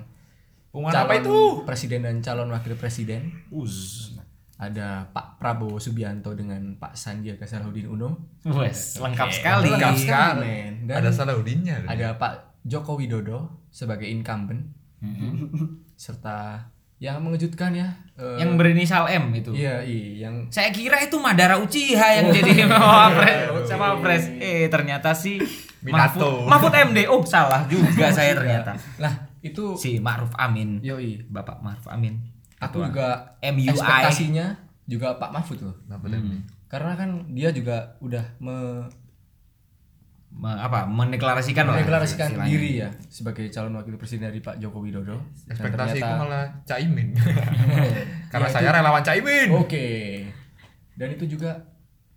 [SPEAKER 2] calon
[SPEAKER 4] iya. Pengumuman apa itu?
[SPEAKER 2] Presiden dan calon wakil presiden.
[SPEAKER 4] Uz.
[SPEAKER 2] Ada Pak Prabowo Subianto dengan Pak Sandiaga Salahuddin Uno.
[SPEAKER 1] Wes, lengkap sekali.
[SPEAKER 2] Lengkap
[SPEAKER 1] Iya.
[SPEAKER 2] sekali. men. Dan
[SPEAKER 4] Ada Salahuddinnya.
[SPEAKER 2] ada Pak Joko Widodo sebagai incumbent
[SPEAKER 1] Mm-hmm.
[SPEAKER 2] serta yang mengejutkan ya. eh,
[SPEAKER 1] Yang berinisial M itu.
[SPEAKER 2] Iya, iya, yang
[SPEAKER 1] Saya kira itu Madara Uchiha yang jadi
[SPEAKER 2] Oh. <laughs>
[SPEAKER 1] wapres sama wapres. Eh ternyata si
[SPEAKER 4] Minato.
[SPEAKER 1] Mahfud, Mahfud MD. Oh, salah
[SPEAKER 2] <laughs>
[SPEAKER 1] juga
[SPEAKER 2] Iya.
[SPEAKER 1] saya ternyata.
[SPEAKER 2] lah itu
[SPEAKER 1] Si Ma'ruf Amin.
[SPEAKER 2] yoi.
[SPEAKER 1] Bapak Ma'ruf Amin.
[SPEAKER 2] Aku juga
[SPEAKER 1] MUI.
[SPEAKER 2] ekspektasinya juga Pak Mahfud loh.
[SPEAKER 4] Hmm.
[SPEAKER 2] Karena kan dia juga udah me
[SPEAKER 1] Me- apa? Mendeklarasikan lah
[SPEAKER 2] mendeklarasikan
[SPEAKER 1] istilahnya.
[SPEAKER 2] diri ya sebagai calon wakil presiden dari Pak Joko Widodo. Dan
[SPEAKER 4] Ekspektasiku
[SPEAKER 2] ternyata-
[SPEAKER 4] malah Caimin. Karena
[SPEAKER 2] Ya,
[SPEAKER 4] saya relawan Caimin.
[SPEAKER 2] Oke. Dan itu juga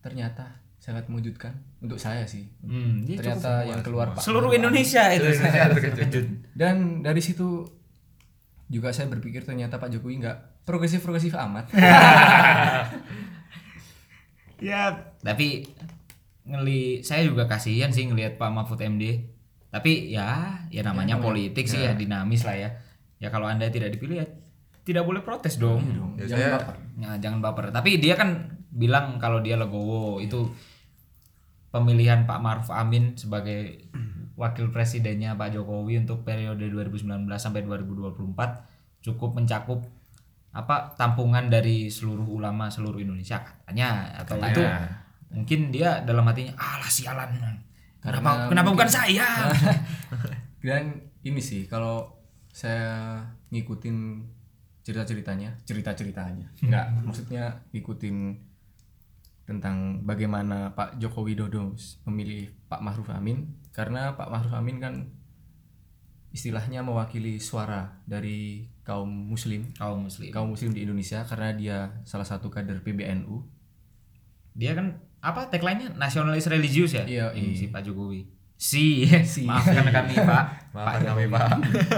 [SPEAKER 2] ternyata sangat mengejutkan untuk saya sih.
[SPEAKER 1] Hmm, dia cukup-
[SPEAKER 2] ternyata yang
[SPEAKER 4] <laughs>
[SPEAKER 2] keluar Pak.
[SPEAKER 1] seluruh Indonesia itu.
[SPEAKER 4] Seluruh Indonesia Iya, terkejut.
[SPEAKER 2] Dan dari situ juga saya berpikir ternyata Pak Jokowi nggak progresif-progresif amat.
[SPEAKER 1] Ya, tapi ngeli saya juga kasihan sih ngelihat Pak Mahfud MD. Tapi ya, ya namanya politik sih ya dinamis lah ya. Ya kalau Anda tidak dipilih ya tidak boleh protes dong.
[SPEAKER 4] Ya,
[SPEAKER 2] Jangan
[SPEAKER 4] saya-
[SPEAKER 2] baper.
[SPEAKER 1] Nah, jangan baper. Tapi dia kan bilang kalau dia legowo itu pemilihan Pak Maruf Amin sebagai wakil presidennya Pak Jokowi untuk periode 2019 sampai 2024 cukup mencakup apa tampungan dari seluruh ulama seluruh Indonesia katanya atau itu mungkin dia dalam hatinya alah sialan kenapa kenapa bukan saya
[SPEAKER 2] <laughs> Dan ini sih kalau saya ngikutin cerita-ceritanya, cerita-ceritanya. Enggak, maksudnya ngikutin tentang bagaimana Pak Joko Widodo memilih Pak Ma'ruf Amin karena Pak Ma'ruf Amin kan istilahnya mewakili suara dari kaum muslim,
[SPEAKER 1] kaum muslim
[SPEAKER 2] kaum muslim di Indonesia karena dia salah satu kader PBNU.
[SPEAKER 1] dia kan apa tagline-nya nasionalis religius ya
[SPEAKER 2] Iya,
[SPEAKER 1] Hmm,
[SPEAKER 2] iya.
[SPEAKER 1] si Pak Jokowi si, <laughs> maafkan kami Pak
[SPEAKER 4] Maafkan kami, Pak.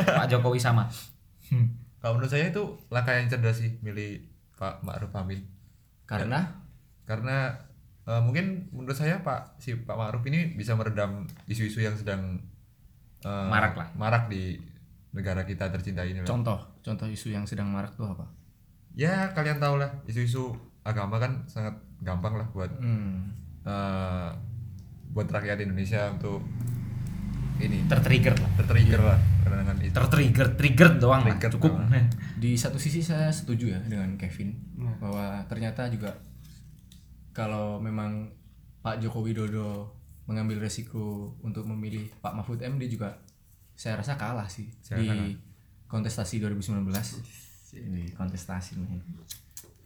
[SPEAKER 1] Pak Jokowi <laughs> sama
[SPEAKER 4] Kalau menurut saya itu langkah yang cerdas sih milih Pak Ma'ruf Amin.
[SPEAKER 2] Karena
[SPEAKER 4] Karena eh, mungkin menurut saya Pak si Pak Ma'ruf ini bisa meredam isu-isu yang sedang eh,
[SPEAKER 1] Marak lah.
[SPEAKER 4] Marak di negara kita tercinta ini. lah.
[SPEAKER 2] contoh, contoh isu yang sedang marak tuh apa?
[SPEAKER 4] Ya, kalian tahu lah isu-isu agama kan sangat gampang lah buat
[SPEAKER 2] Hmm.
[SPEAKER 4] eh, buat rakyat Indonesia untuk ini
[SPEAKER 1] tertrigger lah
[SPEAKER 4] tertrigger lah dengan itu.
[SPEAKER 1] tertrigger trigger doang lah
[SPEAKER 4] Trigger
[SPEAKER 1] cukup
[SPEAKER 4] doang.
[SPEAKER 2] di satu sisi saya setuju ya dengan Kevin bahwa ternyata juga kalau memang Pak Joko Widodo mengambil resiko untuk memilih Pak Mahfud MD juga saya rasa kalah sih
[SPEAKER 4] Saya
[SPEAKER 2] di kontestasi 2019 di kontestasi men.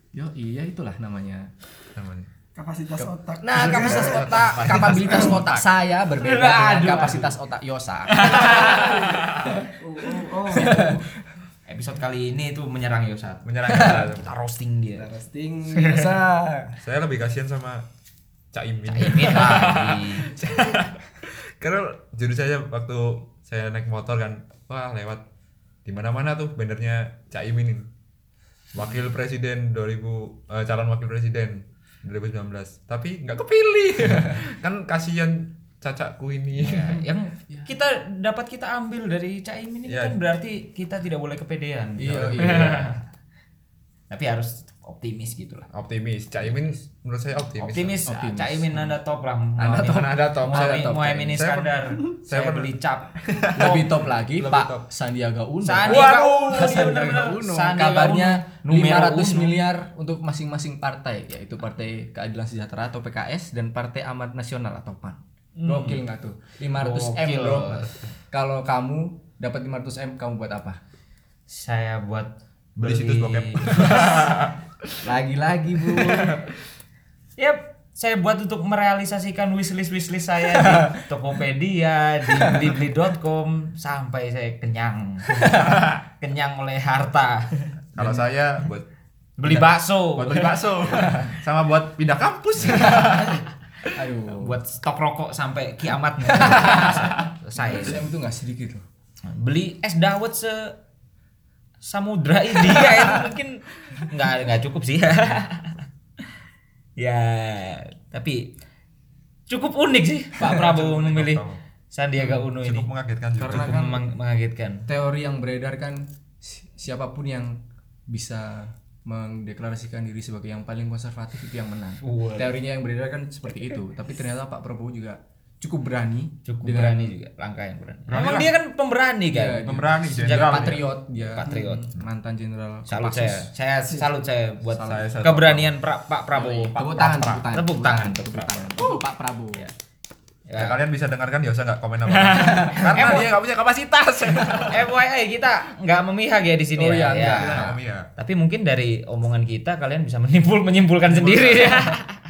[SPEAKER 2] yo iya itulah namanya
[SPEAKER 4] namanya.
[SPEAKER 3] kapasitas
[SPEAKER 1] <laughs>
[SPEAKER 3] otak
[SPEAKER 2] nah <laughs> kapasitas otak kapabilitas otak saya berbeda dengan kapasitas otak Yosa
[SPEAKER 3] oh, oh, oh.
[SPEAKER 1] <laughs> episode kali ini itu menyerang Yosat
[SPEAKER 4] Menyerang kita.
[SPEAKER 1] <laughs> kita roasting dia
[SPEAKER 3] roasting biasa
[SPEAKER 4] saya lebih kasihan sama Cak Imin.
[SPEAKER 1] Caimin lagi <laughs>
[SPEAKER 4] Karena jujur saya waktu saya naik motor kan, wah lewat di mana-mana tuh bannernya Cak Imin ini. Wakil presiden 2000 eh, calon wakil presiden 2019. Tapi nggak kepilih. <laughs> kan kasihan cacakku ini.
[SPEAKER 1] yang kita dapat kita ambil dari Caimin ini
[SPEAKER 4] Ya.
[SPEAKER 1] kan berarti kita tidak boleh kepedean
[SPEAKER 2] <laughs> iya iya
[SPEAKER 1] tapi harus tetap optimis gitu lah
[SPEAKER 4] optimis. Cak Imin menurut saya optimis.
[SPEAKER 1] optimis,
[SPEAKER 2] Optimis.
[SPEAKER 1] Caimin anda top lah
[SPEAKER 4] Anda top, Anda top,
[SPEAKER 1] Muhammad
[SPEAKER 4] saya top.
[SPEAKER 1] Muhammad
[SPEAKER 4] Saya per-
[SPEAKER 1] Iskandar
[SPEAKER 4] saya
[SPEAKER 1] saya,
[SPEAKER 4] per-
[SPEAKER 1] beli
[SPEAKER 4] <laughs>
[SPEAKER 1] cap
[SPEAKER 2] lebih top lagi
[SPEAKER 4] Lebih
[SPEAKER 2] Pak
[SPEAKER 4] top.
[SPEAKER 2] Sandiaga Uno.
[SPEAKER 1] Sandiaga Uno,
[SPEAKER 2] Pak
[SPEAKER 1] iya
[SPEAKER 2] Sandiaga
[SPEAKER 1] benar.
[SPEAKER 2] Uno.
[SPEAKER 1] Sandiaga
[SPEAKER 2] Kabarnya
[SPEAKER 1] Uno, numero
[SPEAKER 2] 500
[SPEAKER 1] uno.
[SPEAKER 2] miliar untuk masing-masing partai yaitu Partai Keadilan Sejahtera atau PKS dan Partai Amat Nasional atau PAN. Gokil nggak tuh? 500 M
[SPEAKER 1] Hmm. Gokil.
[SPEAKER 2] bro. Kalau kamu dapat 500 M kamu buat apa?
[SPEAKER 1] saya buat
[SPEAKER 4] Beli situs
[SPEAKER 1] <laughs>
[SPEAKER 4] bokep.
[SPEAKER 2] Lagi-lagi
[SPEAKER 4] <laughs>
[SPEAKER 2] bu.
[SPEAKER 1] Yap, saya buat untuk merealisasikan wishlist wishlist saya
[SPEAKER 4] <laughs>
[SPEAKER 1] di Tokopedia, di blibli.com sampai saya
[SPEAKER 4] <laughs>
[SPEAKER 1] kenyang. kenyang oleh harta.
[SPEAKER 4] Kalau saya buat
[SPEAKER 1] Beli bakso,
[SPEAKER 4] buat beli bakso sama buat pindah kampus. <laughs>
[SPEAKER 2] Aduh.
[SPEAKER 1] buat stok rokok sampai kiamat. saya
[SPEAKER 2] 500 M itu nggak sedikit loh.
[SPEAKER 1] beli es dawet se samudra India itu mungkin nggak nggak cukup sih <laughs> ya tapi cukup unik sih Pak Prabowo memilih
[SPEAKER 4] Prabowo.
[SPEAKER 1] Sandiaga Uno ini
[SPEAKER 4] Cukup mengagetkan juga.
[SPEAKER 1] cukup meng- mengagetkan
[SPEAKER 2] Teori yang beredar kan si- siapapun yang bisa mendeklarasikan diri sebagai yang paling konservatif itu yang menang. Teorinya yang beredar kan seperti itu, tapi ternyata Pak Prabowo juga cukup berani
[SPEAKER 1] cukup
[SPEAKER 2] dengan
[SPEAKER 1] berani juga langkah yang berani.
[SPEAKER 4] Berani
[SPEAKER 1] Emang
[SPEAKER 4] lah.
[SPEAKER 1] dia kan pemberani kan.
[SPEAKER 2] Iya, dia
[SPEAKER 4] Pemberani,
[SPEAKER 1] Sejak
[SPEAKER 4] jenderal. dia.
[SPEAKER 2] patriot dia.
[SPEAKER 1] Patriot.
[SPEAKER 2] Hmm, mantan jenderal.
[SPEAKER 1] Salut saya. Saya salut saya buat
[SPEAKER 4] Salut saya,
[SPEAKER 1] keberanian pra- Pak Prabowo.
[SPEAKER 2] Tepuk tangan, tepuk tangan.
[SPEAKER 1] Tepuk tangan, tepuk tangan.
[SPEAKER 2] Untuk Pak Prabowo.
[SPEAKER 4] Ya, kalian bisa dengarkan ya usah nggak komen apa karena dia nggak punya kapasitas
[SPEAKER 1] FYI kita nggak memihak ya di sini
[SPEAKER 2] Oh
[SPEAKER 1] ya.
[SPEAKER 2] iya,
[SPEAKER 1] ya.
[SPEAKER 4] Nah, Om Iya.
[SPEAKER 1] Tapi mungkin dari omongan kita kalian bisa menimbul menyimpulkan sendiri ya.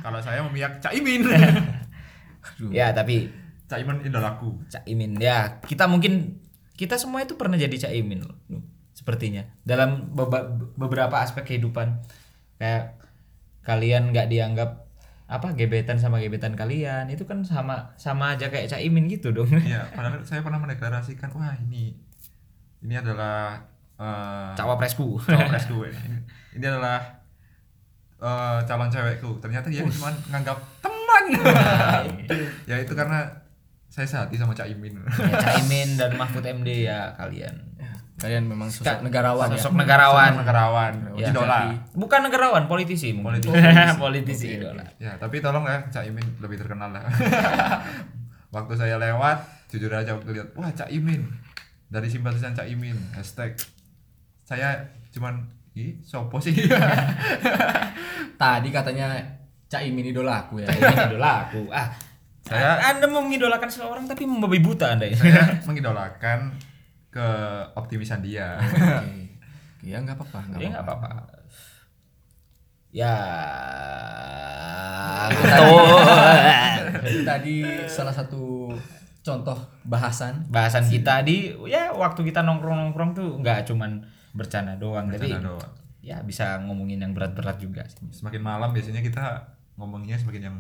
[SPEAKER 4] kalau saya memihak
[SPEAKER 1] <laughs>
[SPEAKER 4] caimin
[SPEAKER 2] Aduh.
[SPEAKER 1] ya, tapi
[SPEAKER 4] caimin idolaku
[SPEAKER 1] Caimin ya, kita mungkin kita semua itu pernah jadi Caimin loh. Sepertinya dalam beba- beberapa aspek kehidupan kayak kalian nggak dianggap apa gebetan sama gebetan kalian itu kan sama sama aja kayak Caimin gitu dong.
[SPEAKER 4] Iya, padahal saya pernah mendeklarasikan, wah ini ini adalah eh,
[SPEAKER 1] Cawapresku. <laughs>
[SPEAKER 4] cawapres gue. Ini, ini adalah eh, calon cewekku. Ternyata dia cuma nganggap teman. ya itu karena saya sehati sama Cak Imin.
[SPEAKER 1] ya, Caimin dan Mahfud MD ya kalian.
[SPEAKER 2] Kalian memang sosok
[SPEAKER 1] Ka-
[SPEAKER 2] negarawan ya.
[SPEAKER 1] Sosok negarawan.
[SPEAKER 4] Sama negarawan,
[SPEAKER 1] Ya.
[SPEAKER 4] idola.
[SPEAKER 1] Bukan negarawan, <laughs> politisi. mungkin.
[SPEAKER 4] Politisi.
[SPEAKER 1] Politisi idola.
[SPEAKER 4] Ya, tapi tolong ya Cak Imin lebih terkenal lah. <laughs> waktu saya lewat, jujur aja waktu lihat, wah Cak Imin. Dari simpatisan Cak Imin, hashtag. Saya cuman, ih, sopo sih. <laughs>
[SPEAKER 2] Tadi katanya Cak Imin idola aku ya.
[SPEAKER 1] Ini idola aku. Ah,
[SPEAKER 4] Saya-
[SPEAKER 1] Anda mau mengidolakan seseorang tapi membabi buta Anda ya.
[SPEAKER 4] saya mengidolakan keoptimisan dia.
[SPEAKER 2] <laughs> Oke. Ya nggak apa-apa, nggak
[SPEAKER 1] Ya <laughs> nggak
[SPEAKER 2] apa-apa.
[SPEAKER 1] apa-apa. Ya. betul.
[SPEAKER 2] Tadi salah satu contoh bahasan
[SPEAKER 1] Bahasan kita di ya waktu kita nongkrong-nongkrong tuh nggak cuman bercanda doang, tapi
[SPEAKER 4] Bercanda doang.
[SPEAKER 1] ya bisa ngomongin yang berat-berat juga sih.
[SPEAKER 4] Semakin malam biasanya kita ngomongnya semakin yang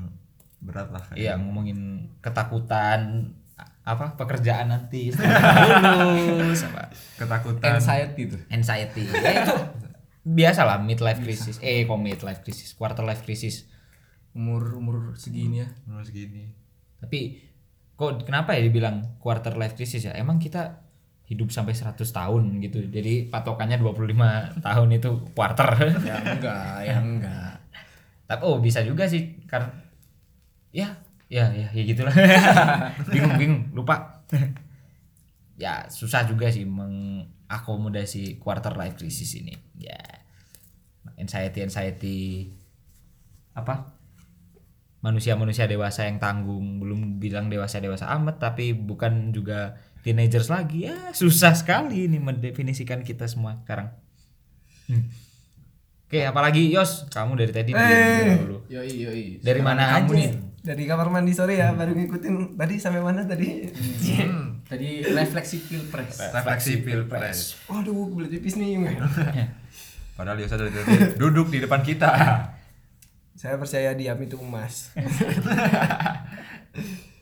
[SPEAKER 4] berat lah. kan.
[SPEAKER 1] Iya, ngomongin ketakutan a- apa pekerjaan <laughs> nanti setelah lulus apa
[SPEAKER 4] Ketakutan.
[SPEAKER 2] anxiety tuh.
[SPEAKER 1] anxiety. Ya itu biasa lah midlife crisis. Eh, kok midlife crisis, quarter life crisis.
[SPEAKER 2] Umur umur segini ya.
[SPEAKER 4] Menurut segini.
[SPEAKER 1] Tapi kok kenapa ya dibilang quarter life crisis ya? Emang kita hidup sampai 100 tahun gitu. Jadi patokannya 25 tahun itu quarter. <laughs>
[SPEAKER 2] Ya <laughs> enggak, ya enggak.
[SPEAKER 1] Tapi oh bisa juga sih karena ya ya ya, ya gitulah. bingung bingung lupa. ya susah juga sih mengakomodasi quarter life crisis ini. Ya anxiety anxiety apa manusia-manusia dewasa yang tanggung belum bilang dewasa dewasa amat tapi bukan juga teenagers lagi ya susah sekali ini mendefinisikan kita semua sekarang Hmm. oke apalagi Yos kamu dari tadi diem dulu
[SPEAKER 2] Yoi yoi.
[SPEAKER 1] dari
[SPEAKER 2] Sekarang
[SPEAKER 1] mana
[SPEAKER 2] kamu
[SPEAKER 1] aja
[SPEAKER 2] nih?
[SPEAKER 3] dari kamar mandi sorry ya baru ngikutin tadi sampai mana tadi
[SPEAKER 1] <laughs>
[SPEAKER 2] Hmm, Tadi refleksi pilpres.
[SPEAKER 4] Refleksi pilpres.
[SPEAKER 3] waduh belet pipis
[SPEAKER 1] <laughs>
[SPEAKER 3] nih
[SPEAKER 4] Padahal Yosa dari tadi duduk di depan kita.
[SPEAKER 3] saya percaya diam itu emas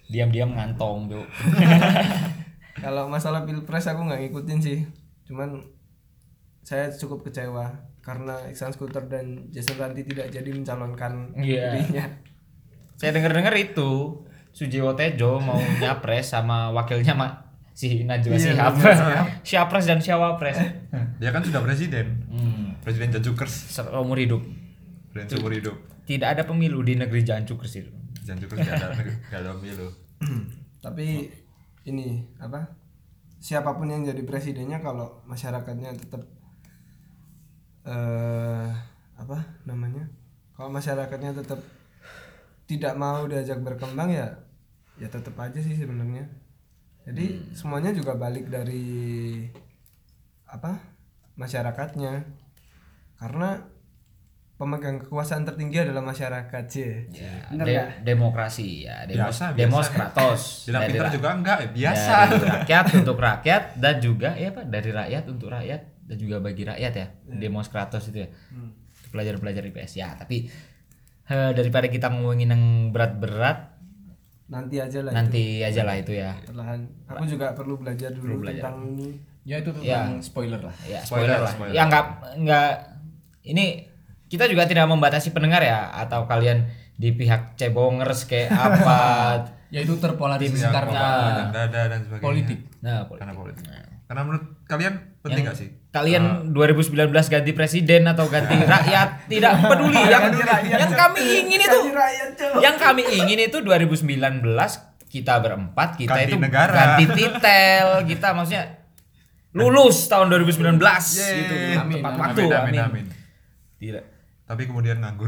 [SPEAKER 1] diam-diam ngantong tuh
[SPEAKER 3] kalau masalah pilpres aku nggak ngikutin sih cuman saya cukup kecewa karena Iksan Skuter dan Jason Ranti tidak jadi mencalonkan
[SPEAKER 1] Iya.
[SPEAKER 3] dirinya
[SPEAKER 1] <laughs> saya dengar-dengar itu Sujiwo Tejo
[SPEAKER 4] <laughs>
[SPEAKER 1] mau nyapres sama wakilnya mak si Najwa
[SPEAKER 4] Iya,
[SPEAKER 1] Shihab <laughs> Syapres dan Syawapres
[SPEAKER 4] Dia kan sudah presiden. Presiden Jancukers.
[SPEAKER 1] seumur hidup
[SPEAKER 4] Presiden seumur hidup.
[SPEAKER 1] tidak ada pemilu di negeri Jancuk itu
[SPEAKER 4] Jancukers gak ada gak ada pemilu.
[SPEAKER 3] tapi ini apa siapapun yang jadi presidennya kalau masyarakatnya tetap eh apa namanya kalau masyarakatnya tetap tidak mau diajak berkembang ya ya tetap aja sih sebenarnya jadi semuanya juga balik dari apa masyarakatnya karena pemegang kekuasaan tertinggi adalah masyarakat sih
[SPEAKER 1] Iya. De- demokrasi ya demos
[SPEAKER 4] Iya. Biasa, biasa.
[SPEAKER 1] demokratos
[SPEAKER 4] Bilang
[SPEAKER 1] Dari
[SPEAKER 4] pintar
[SPEAKER 1] ra-
[SPEAKER 4] juga enggak, ya biasa.
[SPEAKER 1] dari rakyat untuk rakyat dan juga ya pak dari rakyat untuk rakyat dan juga bagi rakyat ya
[SPEAKER 4] Iya.
[SPEAKER 1] demokratos itu ya
[SPEAKER 4] Hmm.
[SPEAKER 1] pelajar-pelajar IPS ya tapi eh, daripada kita ngomongin yang berat-berat
[SPEAKER 3] nanti aja
[SPEAKER 4] Nah,
[SPEAKER 3] lah itu
[SPEAKER 1] nanti aja lah itu ya
[SPEAKER 3] perlahan aku juga perlu belajar dulu
[SPEAKER 1] belajar.
[SPEAKER 3] tentang ini
[SPEAKER 2] Ya itu tentang spoiler lah.
[SPEAKER 1] ya spoiler,
[SPEAKER 4] Spoiler,
[SPEAKER 1] lah
[SPEAKER 4] spoiler.
[SPEAKER 1] ya nggak nggak ini kita juga tidak membatasi pendengar ya atau kalian di pihak cebongers
[SPEAKER 4] <laughs>
[SPEAKER 1] kayak apa
[SPEAKER 2] Yaitu Ya, terpolarisasi
[SPEAKER 4] Yang
[SPEAKER 2] karena
[SPEAKER 4] kepala dan dada dan sebagainya.
[SPEAKER 2] politik.
[SPEAKER 1] nah pol-
[SPEAKER 4] Karena politik. Karena menurut kalian
[SPEAKER 1] Yang
[SPEAKER 4] Penting nggak sih?
[SPEAKER 1] Kalian 2019 ganti presiden atau ganti rakyat tidak peduli yang yang kami ingin itu
[SPEAKER 3] Ganti rakyat, Cok.
[SPEAKER 1] yang kami ingin itu 2019 kita berempat kita
[SPEAKER 4] Ganti
[SPEAKER 1] itu
[SPEAKER 4] negara.
[SPEAKER 1] ganti titel kita maksudnya lulus tahun 2019 gitu
[SPEAKER 2] Amin,
[SPEAKER 1] tepat
[SPEAKER 2] amin,
[SPEAKER 1] waktu
[SPEAKER 4] amin, amin, amin.
[SPEAKER 1] tidak
[SPEAKER 4] Tapi kemudian nganggur.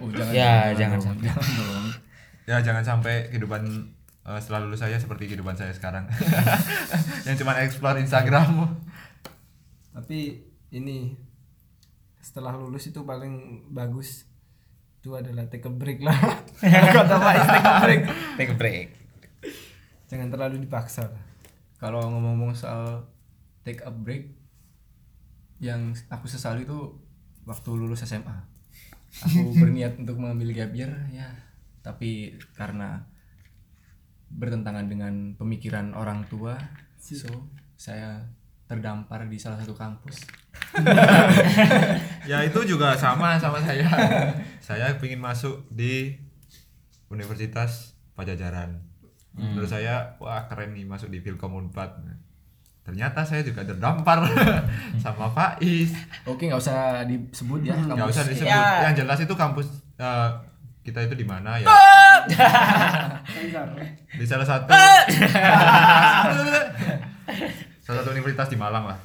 [SPEAKER 2] Oh, jangan,
[SPEAKER 1] Ya, jangan
[SPEAKER 2] dong, jangan dong.
[SPEAKER 4] ya jangan sampai kehidupan eh, setelah lulus saya seperti kehidupan saya sekarang. yang cuma explore Instagram.
[SPEAKER 3] tapi ini setelah lulus itu paling bagus itu adalah take a break lah kata Pak Is, take a break
[SPEAKER 1] take a break
[SPEAKER 3] jangan terlalu dipaksa lah
[SPEAKER 2] Kalau ngomong-ngomong soal take a break, yang aku sesali itu waktu lulus SMA.
[SPEAKER 4] <laughs>
[SPEAKER 2] Aku berniat untuk mengambil gap year, ya, tapi karena bertentangan dengan pemikiran orang tua, so saya terdampar di salah satu kampus.
[SPEAKER 4] ya itu juga sama sama
[SPEAKER 2] <laughs>
[SPEAKER 4] saya. saya ingin masuk di Universitas Pajajaran.
[SPEAKER 2] Hmm.
[SPEAKER 4] Menurut saya wah keren nih masuk di Filkom Unpad. Ternyata saya juga terdampar <laughs> sama Faiz.
[SPEAKER 2] Oke, nggak usah disebut ya.
[SPEAKER 4] <laughs> Nggak
[SPEAKER 2] kampus.
[SPEAKER 4] usah disebut.
[SPEAKER 1] Ya.
[SPEAKER 4] Yang jelas itu kampus eh, kita itu di mana ya? di salah satu salah satu universitas di Malang lah.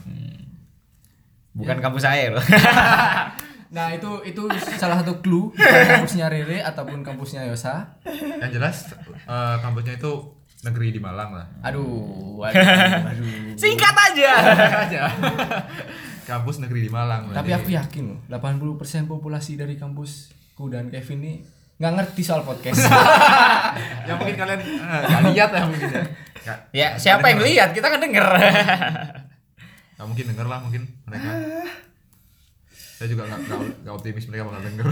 [SPEAKER 1] bukan kampus saya loh
[SPEAKER 2] Nah, itu itu salah satu clue kampusnya Rere ataupun kampusnya Yosa.
[SPEAKER 4] Yang jelas eh, kampusnya itu negeri di Malang
[SPEAKER 2] <laughs>
[SPEAKER 4] lah.
[SPEAKER 2] Aduh,
[SPEAKER 4] <laughs>
[SPEAKER 2] aduh, aduh.
[SPEAKER 1] singkat aja
[SPEAKER 4] aja. Kampus negeri di Malang.
[SPEAKER 2] Tapi
[SPEAKER 4] berarti.
[SPEAKER 2] aku yakin loh, 80% populasi dari kampusku dan Kevin ini nggak ngerti soal <laughs> podcast.
[SPEAKER 4] ya mungkin kalian eh, nggak lihat ya mungkin ya. Nggak-
[SPEAKER 1] ya
[SPEAKER 4] nggak
[SPEAKER 1] siapa yang
[SPEAKER 4] denger.
[SPEAKER 1] lihat kita kan denger
[SPEAKER 4] Nggak mungkin denger lah mungkin mereka. Saya juga nggak nggak nggak optimis mereka bakal
[SPEAKER 1] <laughs>
[SPEAKER 4] denger.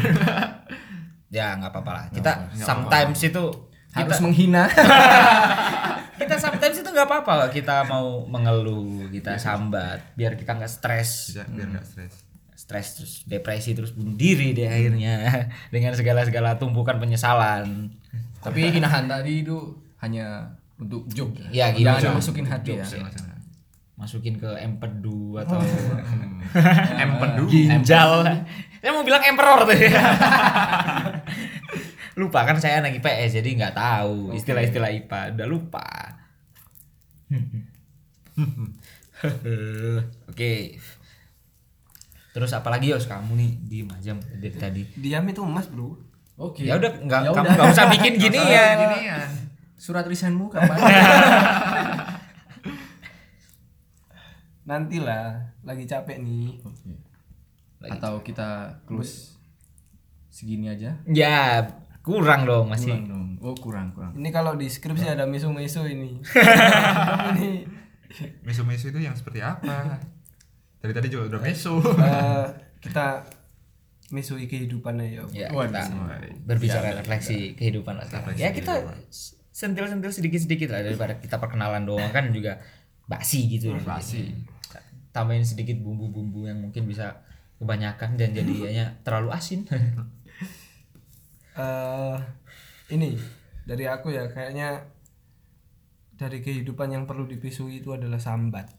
[SPEAKER 1] ya nggak apa-apa lah kita
[SPEAKER 4] apa-apa, nggak
[SPEAKER 1] sometimes itu
[SPEAKER 2] Harus
[SPEAKER 1] kita
[SPEAKER 2] menghina. <laughs>
[SPEAKER 1] kita sometimes itu nggak apa-apa lah. kita mau mengeluh
[SPEAKER 4] Iya.
[SPEAKER 1] kita sambat biar kita nggak stres
[SPEAKER 4] Bisa, biar nggak stres.
[SPEAKER 1] stres terus depresi terus bunuh diri deh akhirnya <laughs> dengan segala-segala tumpukan penyesalan
[SPEAKER 2] Tapi hinaan tadi itu hanya untuk joke.
[SPEAKER 1] Ya, gitu.
[SPEAKER 2] Jangan
[SPEAKER 1] Joke.
[SPEAKER 2] dimasukin hati ya.
[SPEAKER 1] masukin ke empedu atau
[SPEAKER 4] Oh.
[SPEAKER 1] Hmm. <laughs>
[SPEAKER 4] Empedu.
[SPEAKER 1] ginjal saya mau bilang emperor tuh <laughs> lupa kan saya anak IPS jadi nggak tahu istilah-istilah IPA udah <laughs> lupa oke terus apalagi Yos kamu nih diem aja dari tadi
[SPEAKER 3] diam itu emas bro
[SPEAKER 2] Oke.
[SPEAKER 1] ya udah nggak
[SPEAKER 2] Ya
[SPEAKER 1] kamu
[SPEAKER 2] udah.
[SPEAKER 1] <laughs> nggak usah bikin gini ya
[SPEAKER 2] Surat lisanmu <laughs> kapan?
[SPEAKER 3] nantilah lagi capek nih
[SPEAKER 1] Lagi.
[SPEAKER 2] Atau kita close segini aja?
[SPEAKER 1] ya kurang dong masih
[SPEAKER 2] Kurang dong. Oh, kurang, kurang.
[SPEAKER 3] ini kalau di skripsi ada misu-misu ini ini
[SPEAKER 4] Mesu-mesu itu yang seperti apa? Dari tadi juga udah
[SPEAKER 1] <laughs>
[SPEAKER 4] mesu.
[SPEAKER 3] eh, kita misui kehidupan aja yuk.
[SPEAKER 1] ya
[SPEAKER 2] Waduh.
[SPEAKER 1] kita berbicara refleksi kehidupan lah sekarang.
[SPEAKER 4] Refleksi
[SPEAKER 1] ya kita s- sentil-sentil sedikit-sedikit lah daripada kita perkenalan doang kan juga basi gitu basi tambahin sedikit bumbu-bumbu yang mungkin bisa kebanyakan dan jadinya terlalu asin
[SPEAKER 3] eh ini dari aku ya kayaknya dari kehidupan yang perlu dipisui itu adalah sambat.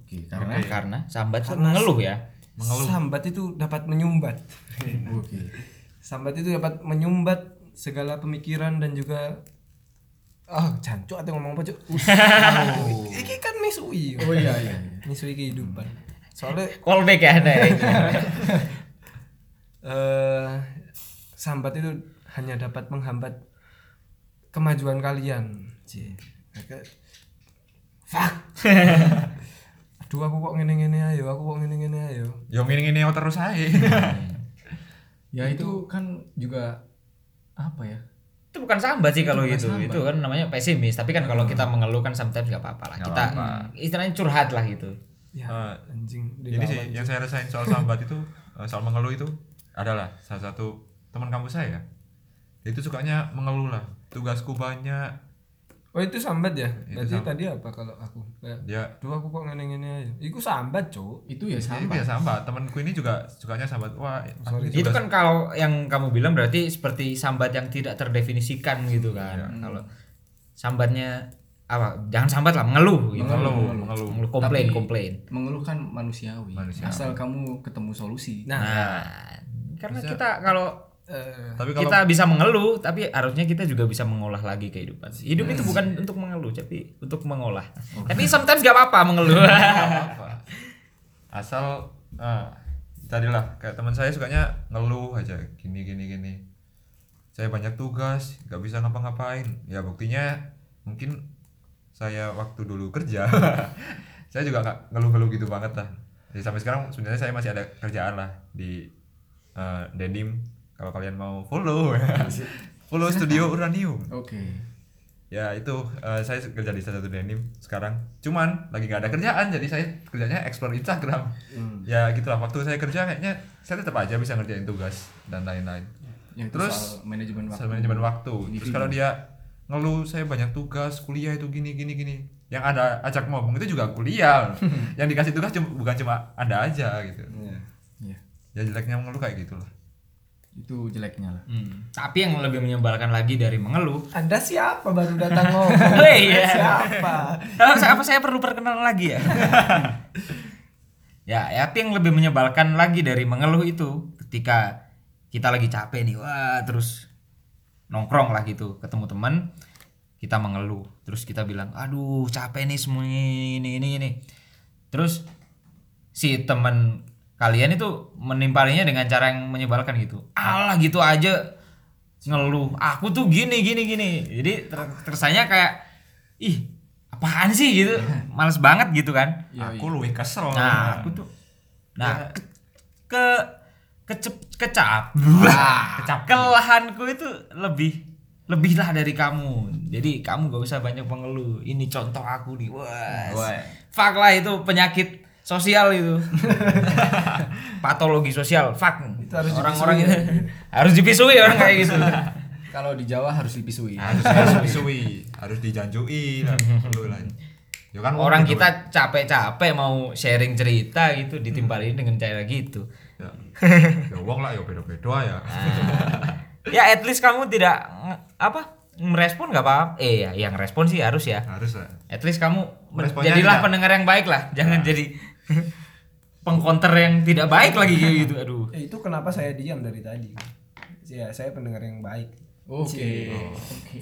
[SPEAKER 2] Oke, karena
[SPEAKER 1] karena karena sambat kan mengeluh ya
[SPEAKER 3] Sambat itu dapat menyumbat.
[SPEAKER 2] <laughs> Oke.
[SPEAKER 3] Sambat itu dapat menyumbat segala pemikiran dan juga ah jancuk atau ngomong
[SPEAKER 2] <laughs>
[SPEAKER 3] apa cuk? Us. Iki kan misui.
[SPEAKER 2] Oh iya iya. iya.
[SPEAKER 3] Misui kehidupan. Soalnya
[SPEAKER 1] callback ya ada ya.
[SPEAKER 3] eh sambat itu hanya dapat menghambat kemajuan kalian. Cie. Oke.
[SPEAKER 2] <laughs>
[SPEAKER 3] Fuck. Aduh aku kok ngene-ngene ayo, aku kok ngene-ngene ayo.
[SPEAKER 4] Yo ngini-ngini terus
[SPEAKER 1] Iya.
[SPEAKER 4] aja.
[SPEAKER 2] Ya itu kan juga apa ya?
[SPEAKER 1] itu bukan sambat sih kalau
[SPEAKER 2] bukan
[SPEAKER 1] gitu
[SPEAKER 2] sambat.
[SPEAKER 1] itu kan namanya pesimis tapi kan kalau kita mengeluh kan sometimes nggak apa-apa lah
[SPEAKER 4] Nggak
[SPEAKER 1] kita
[SPEAKER 4] apa-apa.
[SPEAKER 1] istilahnya curhat lah gitu
[SPEAKER 3] Ya,
[SPEAKER 2] Ah,
[SPEAKER 4] Eh,
[SPEAKER 3] anjing
[SPEAKER 4] <laughs>
[SPEAKER 3] di
[SPEAKER 4] Ini sih
[SPEAKER 3] lawan.
[SPEAKER 4] yang saya rasain soal sambat itu eh, soal mengeluh itu adalah salah satu teman kampus saya. Dia itu sukanya mengeluh lah. Tugasku banyak.
[SPEAKER 3] Oh itu sambat ya?
[SPEAKER 4] Itu
[SPEAKER 3] Tadi
[SPEAKER 4] sambat.
[SPEAKER 3] tadi apa kalau aku? Kayak,
[SPEAKER 4] Dia
[SPEAKER 3] Aduh aku kok ngene-ngene ayo. Iku sambat, Cuk.
[SPEAKER 2] Itu ya
[SPEAKER 4] ini
[SPEAKER 2] sama.
[SPEAKER 4] dia sambat. Temanku ini juga sukanya sambat. Wah,
[SPEAKER 3] Sorry.
[SPEAKER 4] ini
[SPEAKER 1] itu kan
[SPEAKER 4] tugas-
[SPEAKER 1] kalau yang kamu bilang berarti seperti sambat yang tidak terdefinisikan gitu kan kalau sambatnya apa jangan sambat lah mengeluh gitu.
[SPEAKER 2] Mengeluh,
[SPEAKER 4] mengeluh.
[SPEAKER 1] mengeluh komplain
[SPEAKER 2] Tapi-
[SPEAKER 1] komplain
[SPEAKER 2] Mengeluh kan manusiawi.
[SPEAKER 4] Manusiawi.
[SPEAKER 2] Asal kamu ketemu solusi.
[SPEAKER 3] Nah,
[SPEAKER 1] nah karena kita kalau
[SPEAKER 3] eh,
[SPEAKER 4] Tapi kalau
[SPEAKER 1] kita bisa mengeluh tapi harusnya kita juga bisa mengolah lagi kehidupan hidup itu bukan untuk mengeluh tapi untuk mengolah tapi sometimes gak apa-apa mengeluh <laughs>
[SPEAKER 4] asal eh, tadilah kayak teman saya sukanya ngeluh aja gini gini gini saya banyak tugas nggak bisa ngapa-ngapain ya buktinya mungkin saya waktu dulu kerja <laughs> saya juga nggak ngeluh-ngeluh gitu banget lah jadi sampai sekarang sebenarnya saya masih ada kerjaan lah di eh, denim kalau kalian mau follow <laughs> follow studio uranium
[SPEAKER 2] Oke.
[SPEAKER 4] ya itu eh, saya kerja di salah satu denim sekarang cuman lagi nggak ada kerjaan jadi saya kerjanya explore Instagram
[SPEAKER 2] Hmm.
[SPEAKER 4] ya gitulah waktu saya kerja kayaknya saya tetap aja bisa ngerjain tugas dan lain-lain
[SPEAKER 2] Yang Ya, itu
[SPEAKER 4] Terus,
[SPEAKER 2] soal manajemen Hmm, waktu.
[SPEAKER 4] soal manajemen waktu terus
[SPEAKER 2] Individu.
[SPEAKER 4] kalau dia ngeluh saya banyak tugas kuliah itu gini gini gini yang ada ajak ngomong itu juga
[SPEAKER 2] <laughs>
[SPEAKER 4] kuliah loh. yang dikasih tugas cuma, bukan cuma anda aja gitu
[SPEAKER 2] Iya.
[SPEAKER 4] ya jeleknya ngeluh kayak gitulah
[SPEAKER 2] Itu jeleknya lah.
[SPEAKER 1] Hmm, tapi yang lebih menyebalkan lagi dari
[SPEAKER 2] <laughs>
[SPEAKER 1] mengeluh
[SPEAKER 3] Anda siapa baru datang ngomong?
[SPEAKER 1] Oh, iya.
[SPEAKER 3] Siapa?
[SPEAKER 1] apa saya- apa saya perlu perkenalan lagi ya ya ya, tapi yang lebih menyebalkan lagi dari mengeluh itu ketika kita lagi capek nih wah terus nongkrong lah gitu ketemu teman kita mengeluh terus kita bilang aduh capek nih semua ini ini ini, ini." terus si teman kalian itu menimpalinya dengan cara yang menyebalkan gitu alah gitu aja ngeluh aku tuh gini gini gini jadi ter tersanya kayak ih apaan sih gitu males banget gitu kan
[SPEAKER 2] Iya,
[SPEAKER 4] aku lebih kesel
[SPEAKER 1] nah aku tuh
[SPEAKER 3] ya.
[SPEAKER 1] nah ke ke kecep kecap
[SPEAKER 4] Nah.
[SPEAKER 1] kecap kelahanku itu lebih lebih lah dari kamu jadi kamu gak usah banyak mengeluh ini contoh aku nih wah
[SPEAKER 2] Wah.
[SPEAKER 1] fuck lah itu penyakit sosial
[SPEAKER 3] <laughs>
[SPEAKER 1] itu patologi sosial fuck
[SPEAKER 3] Itu harus
[SPEAKER 1] orang-orang itu
[SPEAKER 3] dipisui ya.
[SPEAKER 1] <laughs> harus dipisui orang kayak
[SPEAKER 3] <laughs>
[SPEAKER 1] gitu
[SPEAKER 2] <laughs> Kalau di Jawa harus dipisui.
[SPEAKER 4] harus disui harus
[SPEAKER 2] <laughs>
[SPEAKER 4] dijanjui lah ngeluh lah ya kan
[SPEAKER 1] orang
[SPEAKER 4] gitu.
[SPEAKER 1] kita capek-capek mau sharing cerita gitu ditimbalin dengan cara gitu
[SPEAKER 4] ya, ya uang lah ya beda-beda ya
[SPEAKER 1] ya at least kamu tidak nge- apa merespon nggak apa eh ya yang respon sih harus ya
[SPEAKER 4] harus lah
[SPEAKER 1] at least kamu men-
[SPEAKER 4] Meresponnya
[SPEAKER 1] jadilah
[SPEAKER 4] tidak- Nah.
[SPEAKER 1] pendengar yang baik lah jangan jadi <laughs> pengkonter yang tidak baik lagi kayak
[SPEAKER 4] <laughs>
[SPEAKER 1] gitu aduh
[SPEAKER 3] Eh, itu kenapa saya diam dari tadi? Ya, saya pendengar yang baik.
[SPEAKER 2] Oke.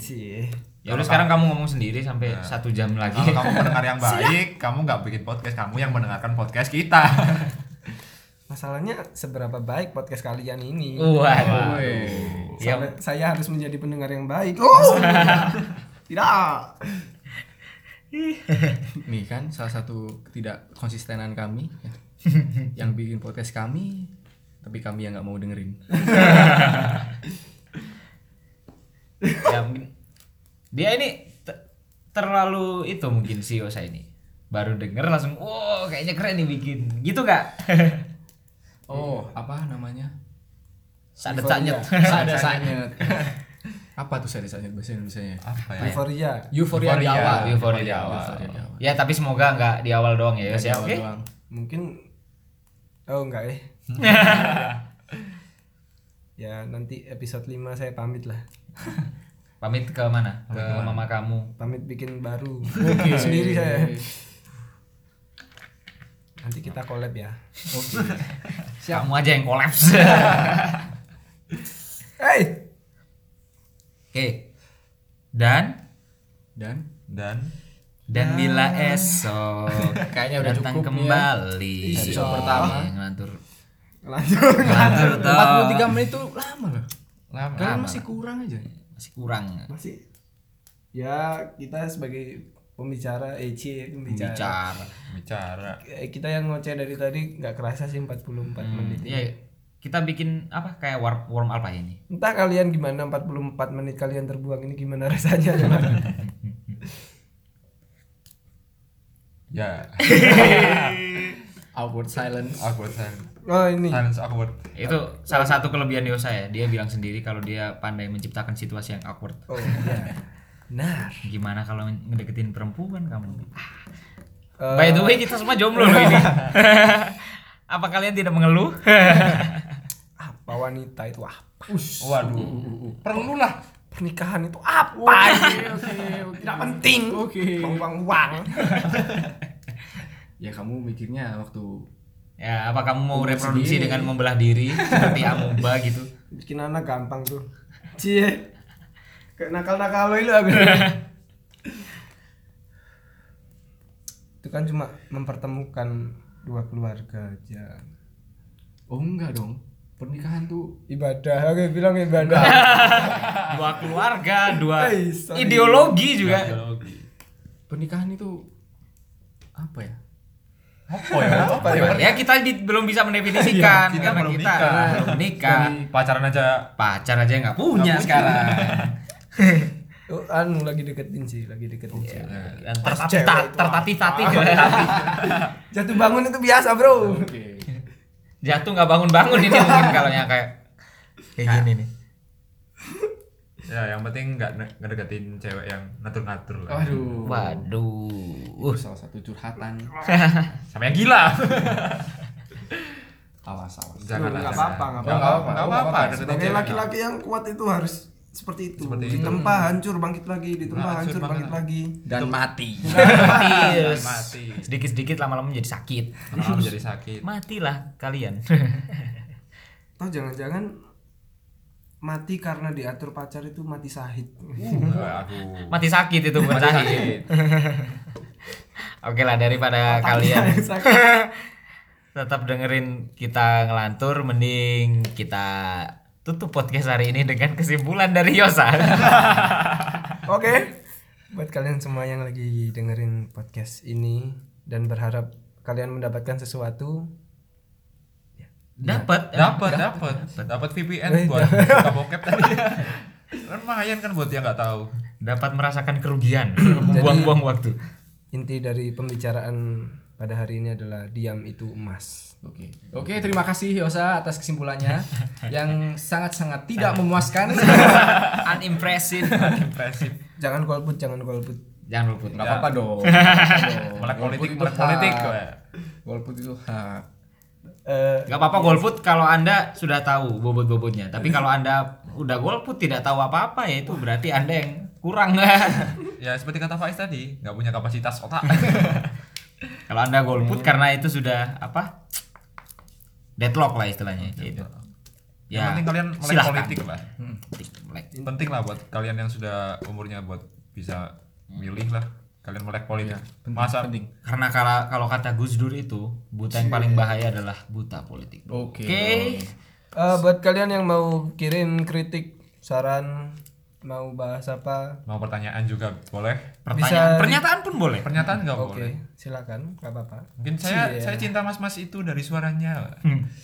[SPEAKER 3] Sih.
[SPEAKER 1] ya udah sekarang kamu ngomong sendiri sampai satu jam lagi
[SPEAKER 4] Nah. Kalau kamu pendengar yang baik, kamu nggak bikin podcast, kamu yang mendengarkan podcast kita.
[SPEAKER 3] Masalahnya seberapa baik podcast kalian ini?
[SPEAKER 1] <laughs> waduh
[SPEAKER 2] Woi.
[SPEAKER 1] ya
[SPEAKER 3] Sampai saya harus menjadi pendengar yang baik. Oh! Tidak.
[SPEAKER 2] Nih kan salah satu tidak konsistenan kami
[SPEAKER 4] <laughs>
[SPEAKER 2] ya. yang bikin podcast kami tapi kami yang nggak mau dengerin.
[SPEAKER 1] ya mungkin dia ini te- terlalu itu mungkin CEO saya ini baru denger langsung wow kayaknya keren nih bikin gitu
[SPEAKER 4] <laughs>
[SPEAKER 1] gak
[SPEAKER 2] Oh, apa namanya?
[SPEAKER 1] sadet sadet
[SPEAKER 2] Sada sanyet. apa tuh sada sanyet bahasa Indonesia-nya?
[SPEAKER 4] Apa ya?
[SPEAKER 3] Euforia.
[SPEAKER 2] Euforia di awal.
[SPEAKER 1] euforia di awal.
[SPEAKER 2] Euforia di awal.
[SPEAKER 1] ya tapi semoga nggak di awal doang ya guys
[SPEAKER 2] Di
[SPEAKER 1] ya
[SPEAKER 2] awal
[SPEAKER 1] oke
[SPEAKER 2] doang.
[SPEAKER 3] Mungkin Oh, enggak eh. ya, nanti episode 5 saya pamit lah.
[SPEAKER 1] pamit ke mana ke mama kamu
[SPEAKER 3] Pamit bikin baru. Sendiri
[SPEAKER 4] Iya,
[SPEAKER 3] saya. Nanti kita collab ya.
[SPEAKER 1] kamu aja yang
[SPEAKER 2] <laughs>
[SPEAKER 1] kolaps
[SPEAKER 3] Hey,
[SPEAKER 1] oke dan
[SPEAKER 2] Dan
[SPEAKER 4] Dan
[SPEAKER 1] dan bila esok
[SPEAKER 2] <laughs> Kayaknya udah
[SPEAKER 1] datang
[SPEAKER 2] cukup nih ya.
[SPEAKER 1] kembali Iya,
[SPEAKER 2] Episode pertama.
[SPEAKER 1] ngelantur
[SPEAKER 3] lanjut.
[SPEAKER 1] ngelantur dong.
[SPEAKER 2] 43 menit itu lama Iya. loh.
[SPEAKER 4] lama.
[SPEAKER 2] Kalian masih kurang aja.
[SPEAKER 1] masih kurang
[SPEAKER 3] Masih ya kita sebagai pembicara EC pembicara.
[SPEAKER 1] bicara
[SPEAKER 4] Bicara.
[SPEAKER 3] Eh, Kita yang ngoceh dari tadi nggak kerasa sih 44 menit.
[SPEAKER 2] Iya.
[SPEAKER 1] ya kita bikin apa kayak warp warm apa ini
[SPEAKER 3] Entah kalian gimana 44 menit kalian terbuang ini gimana <laughs> rasanya coba.
[SPEAKER 4] Ya,
[SPEAKER 2] Awkward silence.
[SPEAKER 4] awkward silence.
[SPEAKER 3] Oh ini.
[SPEAKER 4] Silence awkward.
[SPEAKER 1] itu salah satu kelebihan Yosa ya dia bilang sendiri kalau dia pandai menciptakan situasi yang awkward
[SPEAKER 3] Oh iya. Nah,
[SPEAKER 1] gimana kalau ngedeketin perempuan kamu
[SPEAKER 3] Eh.
[SPEAKER 1] by the way kita semua jomblo loh <laughs> ini apa kalian tidak mengeluh
[SPEAKER 3] apa wanita itu apa?
[SPEAKER 4] Waduh. Perlulah.
[SPEAKER 3] nikahan itu apa iya, oke, tidak penting
[SPEAKER 2] Oke.
[SPEAKER 3] uang uang uang
[SPEAKER 2] ya kamu mikirnya waktu
[SPEAKER 1] Ya, apa kamu mau
[SPEAKER 2] Umur
[SPEAKER 1] reproduksi
[SPEAKER 2] sendiri.
[SPEAKER 1] dengan membelah diri <laughs> seperti amuba gitu?
[SPEAKER 3] bikin anak gampang tuh cie kayak nakal nakal lo itu aku itu kan cuma mempertemukan dua keluarga aja
[SPEAKER 2] oh enggak dong pernikahan tuh
[SPEAKER 3] ibadah oke bilang
[SPEAKER 4] <laughs>
[SPEAKER 3] ibadah
[SPEAKER 1] Dua keluarga, dua
[SPEAKER 3] Eh, sorry.
[SPEAKER 1] ideologi juga.
[SPEAKER 2] pernikahan itu apa ya
[SPEAKER 4] Apa ya? Apa ya?
[SPEAKER 1] Ya kita di- belum bisa mendefinisikan
[SPEAKER 4] Iya, kita
[SPEAKER 1] Kan karena
[SPEAKER 4] belum
[SPEAKER 1] kita kan
[SPEAKER 4] nikah.
[SPEAKER 1] belum nikah.
[SPEAKER 4] Pacaran aja
[SPEAKER 1] Pacar aja nggak punya <laughs> sekarang.
[SPEAKER 3] Oh, anu lagi deketin sih
[SPEAKER 4] Oh,
[SPEAKER 3] lagi deketin
[SPEAKER 1] Ya,
[SPEAKER 3] sih
[SPEAKER 4] iya.
[SPEAKER 1] Dan tertatih- Tertatih-tatih.
[SPEAKER 3] jatuh bangun itu biasa
[SPEAKER 4] Iya,
[SPEAKER 3] bro
[SPEAKER 2] oke
[SPEAKER 1] <laughs> Jatuh nggak bangun-bangun ini mungkin kalau yang kayak kayak gini nih.
[SPEAKER 4] ya yang penting nggak ne- ngedeketin cewek yang natur-natur lah.
[SPEAKER 2] aduh
[SPEAKER 1] Waduh.
[SPEAKER 2] itu salah satu curhatan
[SPEAKER 4] Sama yang gila. <laughs>
[SPEAKER 2] awas awas
[SPEAKER 4] Janganlah, jangan
[SPEAKER 3] nggak apa-apa, nggak
[SPEAKER 4] Nggak
[SPEAKER 3] apa-apa.
[SPEAKER 4] apa-apa. Nggak apa-apa. deketin
[SPEAKER 3] Sebagai
[SPEAKER 4] cewek.
[SPEAKER 3] laki-laki yang kuat itu harus seperti itu.
[SPEAKER 4] nah. Seperti itu.
[SPEAKER 3] ditempa hancur bangkit lagi, ditempa
[SPEAKER 4] Nah,
[SPEAKER 3] hancur
[SPEAKER 4] hancur
[SPEAKER 3] bangkit
[SPEAKER 4] banget.
[SPEAKER 3] lagi.
[SPEAKER 2] dan mati
[SPEAKER 1] <laughs> Mati.
[SPEAKER 4] Mati.
[SPEAKER 1] Sedikit-sedikit lama-lama jadi sakit.
[SPEAKER 4] Kenapa jadi
[SPEAKER 1] <laughs>
[SPEAKER 4] sakit?
[SPEAKER 1] Matilah <laughs> kalian.
[SPEAKER 3] Atau jangan-jangan mati karena diatur pacar itu mati sahid.
[SPEAKER 4] Wah, Aduh.
[SPEAKER 1] Mati sakit itu bukan sakit.
[SPEAKER 4] Uh, sakit.
[SPEAKER 1] Oke lah daripada kalian tetap dengerin kita ngelantur mending kita tutup podcast hari ini dengan kesimpulan dari <laughs> Yosa.
[SPEAKER 3] Oke. Buat kalian semua yang lagi dengerin podcast ini dan berharap kalian mendapatkan sesuatu,
[SPEAKER 1] Dapat.
[SPEAKER 4] Dapat, dapat. Dapat VPN buat buka bokep tadi. Lumayan kan buat yang nggak tahu.
[SPEAKER 1] Dapat merasakan <laughs> kerugian, membuang-buang waktu.
[SPEAKER 3] inti dari pembicaraan pada hari ini adalah diam itu emas.
[SPEAKER 2] Oke, oke terima kasih Yosa atas kesimpulannya yang sangat-sangat tidak memuaskan.
[SPEAKER 1] <laughs> Unimpressive.
[SPEAKER 4] Impresif.
[SPEAKER 3] Jangan golput, jangan golput.
[SPEAKER 1] Jangan luput.
[SPEAKER 2] Gak apa-apa dong. Nggak apa-apa
[SPEAKER 4] Melek
[SPEAKER 2] dong.
[SPEAKER 4] politik,
[SPEAKER 2] Golput
[SPEAKER 4] melek
[SPEAKER 2] itu
[SPEAKER 4] politik.
[SPEAKER 2] hak.
[SPEAKER 4] weh.
[SPEAKER 2] Golput itu hak.
[SPEAKER 3] Eh,
[SPEAKER 1] Gak apa-apa golput kalau Anda sudah tahu bobot-bobotnya. Tapi kalau Anda udah golput tidak tahu apa-apa ya itu berarti Anda yang kurang. <laughs>
[SPEAKER 4] Ya seperti kata Faiz tadi, nggak punya kapasitas otak.
[SPEAKER 1] kalau Anda
[SPEAKER 4] Iya.
[SPEAKER 1] golput karena itu sudah apa? Deadlock lah istilahnya gitu.
[SPEAKER 4] Yang penting kalian melek
[SPEAKER 1] silahkan. Hmm.
[SPEAKER 4] politik lah.
[SPEAKER 1] Politik, melek.
[SPEAKER 4] Penting lah buat kalian yang sudah umurnya buat bisa milih lah. Kalian melek politik.
[SPEAKER 2] penting,
[SPEAKER 4] Masa
[SPEAKER 2] penting.
[SPEAKER 1] Karena kalau kalau kata Gus Dur itu buta yang
[SPEAKER 4] Iya.
[SPEAKER 1] paling bahaya adalah buta politik. Oke.
[SPEAKER 2] Oke.
[SPEAKER 3] Eh, buat kalian yang mau kirim kritik, saran, mau bahas apa,
[SPEAKER 4] mau pertanyaan juga boleh.
[SPEAKER 1] Pertanyaan, pernyataan pun boleh.
[SPEAKER 4] Pernyataan nggak
[SPEAKER 3] oke,
[SPEAKER 4] boleh.
[SPEAKER 3] silakan, nggak apa-apa.
[SPEAKER 4] Mungkin saya saya cinta mas-mas itu dari suaranya.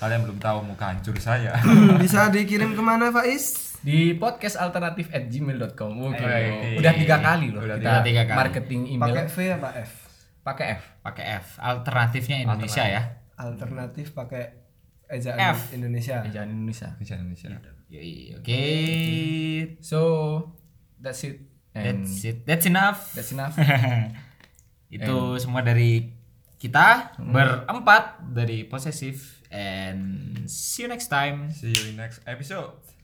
[SPEAKER 4] Kalian belum tahu muka hancur saya.
[SPEAKER 3] <coughs> Bisa dikirim kemana Faiz?
[SPEAKER 2] Di podcast alternatif at gmail.com. Oke.
[SPEAKER 4] Oke.
[SPEAKER 2] Udah tiga kali loh
[SPEAKER 4] Udah
[SPEAKER 2] kita
[SPEAKER 1] tiga kali.
[SPEAKER 2] marketing email
[SPEAKER 3] Pakai V apa F?
[SPEAKER 2] pakai F.
[SPEAKER 1] Pakai F. Alternatifnya Indonesia ya.
[SPEAKER 3] Alternatif pakai ejaan
[SPEAKER 1] F.
[SPEAKER 3] Indonesia.
[SPEAKER 2] Jangan Indonesia.
[SPEAKER 4] Di Indonesia.
[SPEAKER 1] ya. Yoi, Oke.
[SPEAKER 2] So that's it. And
[SPEAKER 1] That's it. That's enough.
[SPEAKER 2] that's enough.
[SPEAKER 1] <laughs> Itu semua dari kita berempat dari posesif and see you next time.
[SPEAKER 4] See you in next episode.